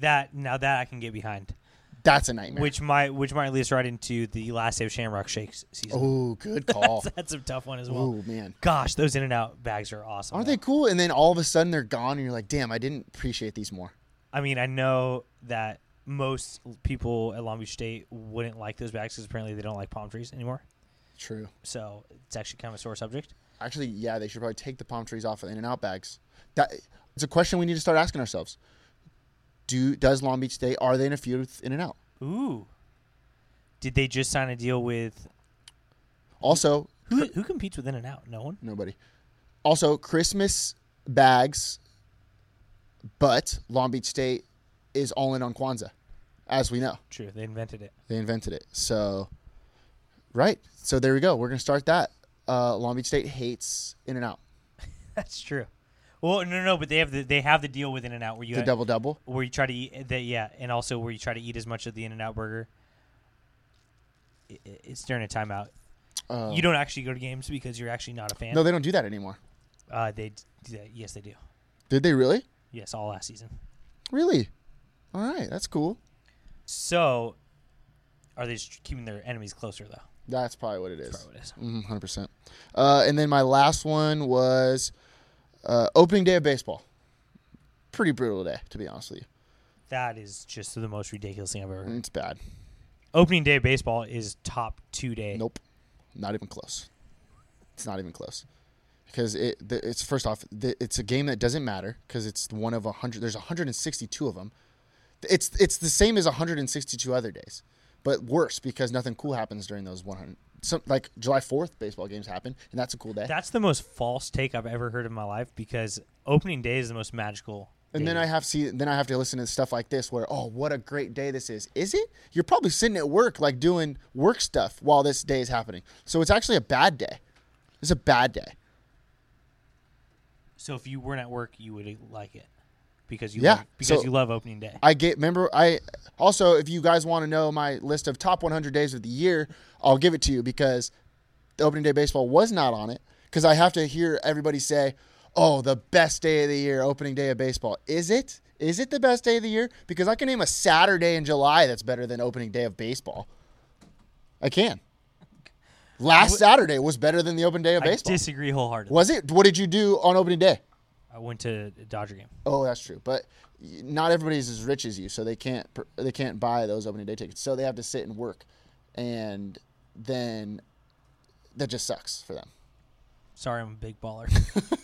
D: That now that I can get behind,
C: That's a nightmare.
D: which might which might lead us right into the last day of Shamrock Shakes season.
C: oh, good call.
D: That's a tough one as well.
C: oh man.
D: Gosh, those In and Out bags are awesome.
C: Aren't
D: though.
C: they cool? And then all of a sudden they're gone, and you're like, "Damn, I didn't appreciate these more."
D: I mean, I know that most people at Long Beach State wouldn't like those bags because apparently they don't like palm trees anymore.
C: True.
D: So it's actually kind of a sore subject.
C: Actually, yeah, they should probably take the palm trees off of In and Out bags. That it's a question we need to start asking ourselves. Do does Long Beach State are they in a feud with In and Out?
D: Ooh, did they just sign a deal with
C: Also,
D: who? Who competes with In and Out? No one.
C: nobody. Also, Christmas bags, but Long Beach State is all in on Kwanzaa, as we know.
D: True, they invented it.
C: They invented it. So, right. So there we go. We're gonna start that. Uh, Long Beach State hates In and Out.
D: That's true. Well, no, no, no, but they have the they have the deal with In and Out where you
C: The double double.
D: where you try to eat eh, that yeah, and also where you try to eat as much of the In and Out burger. I- i- It's during a timeout.
C: Uh,
D: You don't actually go to games because you're actually not a fan.
C: no, they don't do that anymore.
D: uh, they d- do that. yes, they do.
C: Did they really?
D: Yes, all last season.
C: Really? All right, that's cool.
D: So, are they just keeping their enemies closer though?
C: That's probably what it is.
D: That's what it is.
C: Mm, 100%. Uh, and then my last one was uh, opening day of baseball. Pretty brutal day, to be honest with you.
D: That is just the most ridiculous thing I've ever. heard.
C: It's bad.
D: Opening day of baseball is top two day.
C: Nope. Not even close. It's not even close. Because it, the, it's first off, the, it's a game that doesn't matter because it's one of a 100. There's 162 of them. It's, it's the same as 162 other days, but worse because nothing cool happens during those 100. Some, like July 4th, baseball games happen, and that's a cool day.
D: That's the most false take I've ever heard in my life because opening day is the most magical.
C: And then
D: day.
C: I have see then I have to listen to stuff like this where oh what a great day this is. Is it? You're probably sitting at work like doing work stuff while this day is happening. So it's actually a bad day. It's a bad day.
D: So if you weren't at work, you would like it because you
C: Yeah,
D: love, because
C: so-
D: you love opening day.
C: I get remember I also if you guys want to know my list of top 100 days of the year, I'll give it to you because the opening day baseball was not on it because I have to hear everybody say, "Oh, the best day of the year, opening day of baseball." Is it? Is it the best day of the year? Because I can name a Saturday in July that's better than opening day of baseball. I can. Last Saturday was better than the opening day of
D: I
C: baseball.
D: disagree wholeheartedly.
C: was it? What did you do on opening day?
D: I went to a Dodger game.
C: Oh, that's true. But y- not everybody's as rich as you, so they can't pr- they can't buy those opening day tickets. So they have to sit and work, and then that just sucks for them.
D: Sorry, I'm a big baller.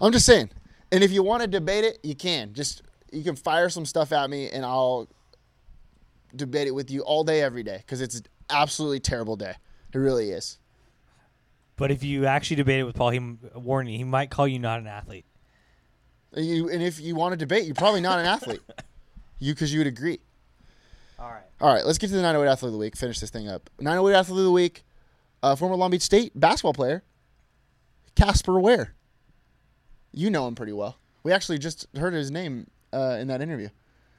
C: I'm just saying. And if you want to debate it, you can. Just you can fire some stuff at me, and I'll debate it with you all day, every day, because it's an absolutely terrible day. It really is.
D: but if you actually debate it with Paul, he m- warn you, he might call you not an athlete.
C: And, you, and if you want to debate, you're probably not an athlete. You, because you would agree.
D: All right.
C: All right, let's get to the 908 athlete of the week. Finish this thing up. 908 athlete of the week, uh, former Long Beach State basketball player, Casper Ware. You know him pretty well. We actually just heard his name uh, in that interview.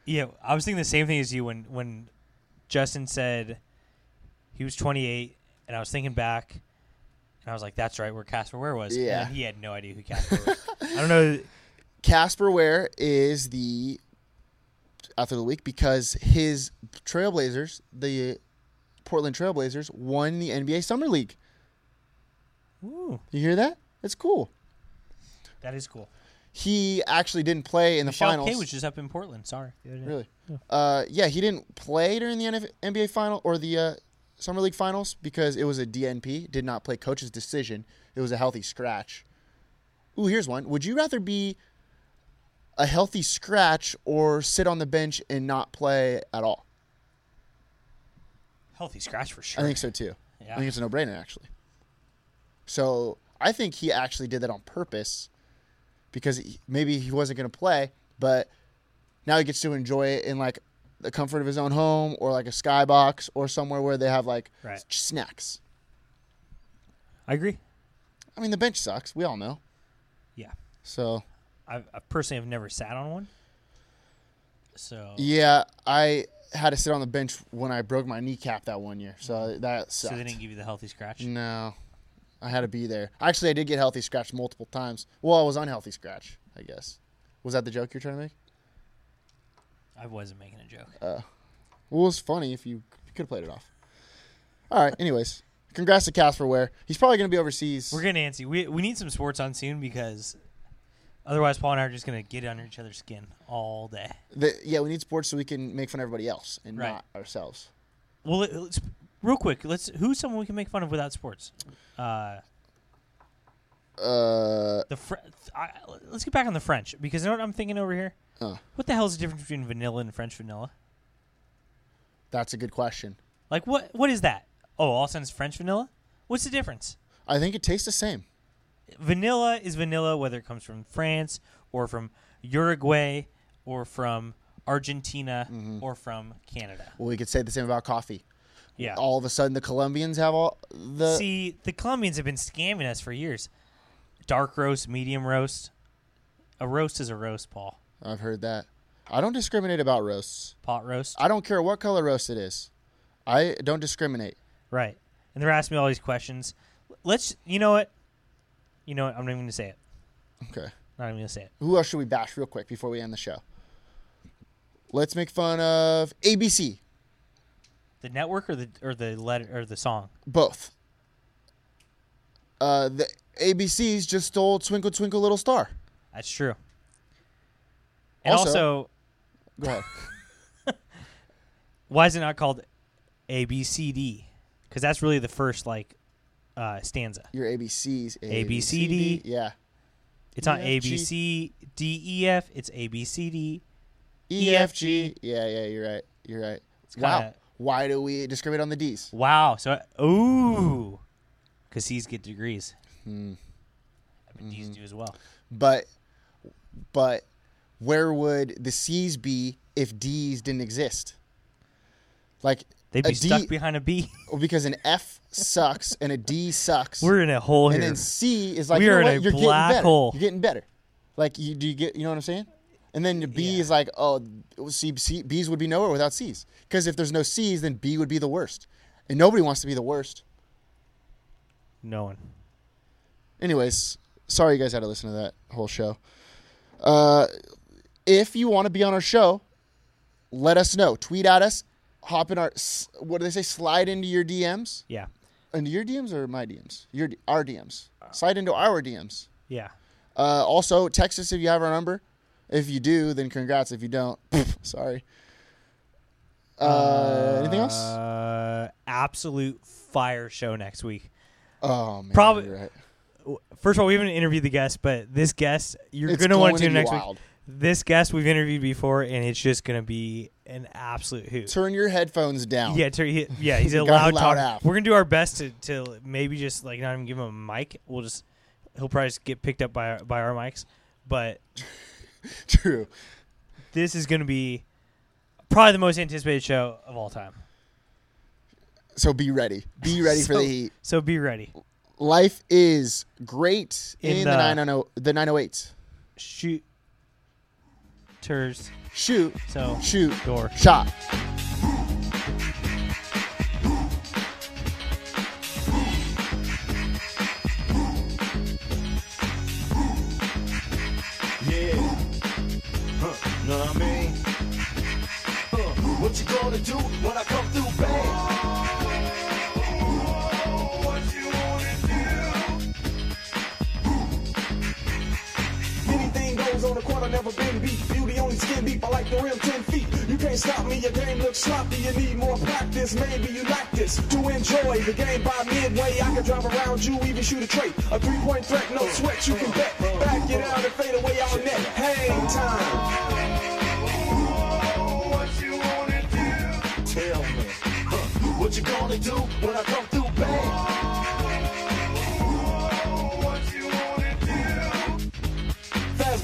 D: Yeah, I was thinking the same thing as you when when Justin said he was 28, and I was thinking back, and I was like, "That's right, where Casper Ware was." And
C: Yeah.
D: then he had no idea who Casper was. I don't know.
C: Casper Ware is the athlete of the week because his Trailblazers, the Portland Trailblazers, won the NBA Summer League.
D: Ooh,
C: You hear that? That's cool.
D: that is cool.
C: He actually didn't play in the
D: Michelle
C: finals.
D: K was just up in Portland. Sorry. the other day.
C: Really? Uh, yeah, he didn't play during the NF- NBA final or the uh, summer league finals because it was a DNP. Did not play. Coach's decision. It was a healthy scratch. Ooh, here's one. Would you rather be a healthy scratch or sit on the bench and not play at all?
D: Healthy scratch for
C: I
D: sure.
C: think so too.
D: Yeah.
C: I think it's a no-brainer actually. So I think he actually did that on purpose because he, maybe he wasn't going to play, but Now he gets to enjoy it in like the comfort of his own home or like a skybox or somewhere where they have like
D: Right.
C: s- snacks.
D: I agree.
C: I mean, the bench sucks. We all know.
D: Yeah.
C: So
D: I, I personally have never sat on one. So
C: yeah, I had to sit on the bench when I broke my kneecap that one year. So that
D: so
C: sucked. Mm.
D: they didn't give you the healthy scratch.
C: No, I had to be there. Actually, I did get healthy scratch multiple times. Well, I was unhealthy scratch, I guess. Was that the joke you're trying to make?
D: I wasn't making a joke.
C: Uh, Well, it was funny if you could have played it off. All right. Anyways, congrats to Casper Ware. He's probably going to be overseas.
D: We're getting antsy. We we need some sports on soon because otherwise Paul and I are just gonna get under each other's skin all day.
C: The- yeah, we need sports so we can make fun of everybody else and
D: Right.
C: not ourselves.
D: Well, let- let's real quick. Let's who's someone we can make fun of without sports. Uh,
C: Uh,
D: the Fr- I, let's get back on the French because you know what I'm thinking over here.
C: Uh.
D: What the hell is the difference between vanilla and French vanilla?
C: that's a good question.
D: Like what what is that? Oh, all of a sudden it's French vanilla. What's the difference?
C: I think it tastes the same.
D: vanilla is vanilla whether it comes from France or from Uruguay or from Argentina
C: Mm-hmm.
D: or from Canada.
C: Well, we could say the same about coffee.
D: Yeah.
C: All of a sudden, the Colombians have all the.
D: See, the Colombians have been scamming us for years. Dark roast, medium roast. A roast is a roast, Paul.
C: I've heard that. I don't discriminate about roasts.
D: Pot roast.
C: I don't care what color roast it is. I don't discriminate.
D: Right. And they're asking me all these questions. Let's you know what? You know what? I'm not even gonna say it.
C: Okay.
D: Not even gonna say it.
C: Who else should we bash real quick before we end the show? Let's make fun of ABC.
D: The network or the or the letter or the song.
C: Both. Uh, the ABCs just stole "Twinkle Twinkle Little Star."
D: That's true. And
C: Also-
D: also
C: Go ahead.
D: why is it not called A B C D? Because that's really the first like uh, stanza.
C: Your ABCs.
D: A, B, C, D.
C: Yeah.
D: It's not
C: E,
D: A
C: F, G.
D: B C D E F. It's A B C D.
C: E F G.
D: EFG.
C: Yeah, yeah. You're right. You're right. wow.
D: kinda-
C: Why do we discriminate on the D's?
D: Wow. So ooh, because C's get degrees.
C: Hmm.
D: I mean,
C: Mm-hmm.
D: D's do as well.
C: But, but, where would the C's be if D's didn't exist? Like
D: They'd be
C: a D-
D: stuck behind a B.
C: Well, because an F sucks and a D sucks.
D: We're in a hole
C: and
D: here.
C: then C is like
D: We
C: you know
D: are in
C: what?
D: a
C: you're
D: black
C: getting better.
D: hole.
C: You're getting better. Like you do you get you know what I'm saying? And then the B
D: Yeah.
C: is like oh C, C B's would be nowhere without C's because if there's no C's then B would be the worst, and nobody wants to be the worst.
D: no one.
C: Anyways, sorry you guys had to listen to that whole show. Uh, if you want to be on our show, let us know. Tweet at us. Hop in our s- what do they say? Slide into your DMs.
D: Yeah.
C: into your DMs or my DMs? Your our DMs. Slide into our DMs.
D: Yeah.
C: Uh, also, text us if you have our number. If you do, then congrats. If you don't, sorry. Uh, anything else?
D: Uh, absolute fire show next week.
C: Oh man,
D: probably-
C: you're right.
D: First of all, we haven't interviewed the guest, but this guest you're
C: It's
D: gonna want
C: going
D: to
C: to be
D: next
C: wild.
D: week. This guest we've interviewed before, and it's just gonna be an absolute hoot.
C: Turn your headphones down.
D: Yeah, Terry. He, yeah, he's a
C: Got a
D: loud
C: Oh. loud
D: talker.
C: app.
D: We're gonna do our best to, to maybe just like not even give him a mic. We'll just he'll probably just get picked up by our, by our mics. But
C: True.
D: this is gonna be probably the most anticipated show of all time.
C: So be ready. Be ready for
D: So-
C: the heat.
D: So be ready.
C: Life is great in,
D: In
C: the
D: the-
C: 990 the 908.
D: Shoot, ters.
C: Shoot.
D: So
C: Shoot.
D: door.
C: Shot.
K: Yeah. Huh. Know what I mean? Huh. What you gonna do when I come through, babe? What you wanna do? Anything goes on the court, I never been beat. Beauty on the skin deep, I like the rim 10 feet. You can't stop me, your game looks sloppy. You need more practice, maybe you like this. To enjoy the game by midway, I can drive around you, even shoot a trait. A three point threat, no sweat, you can bet. Back it out and fade away all net. Hang time. What you wanna do? Tell me. huh, What you gonna do when I come through, babe? What you wanna do? Fast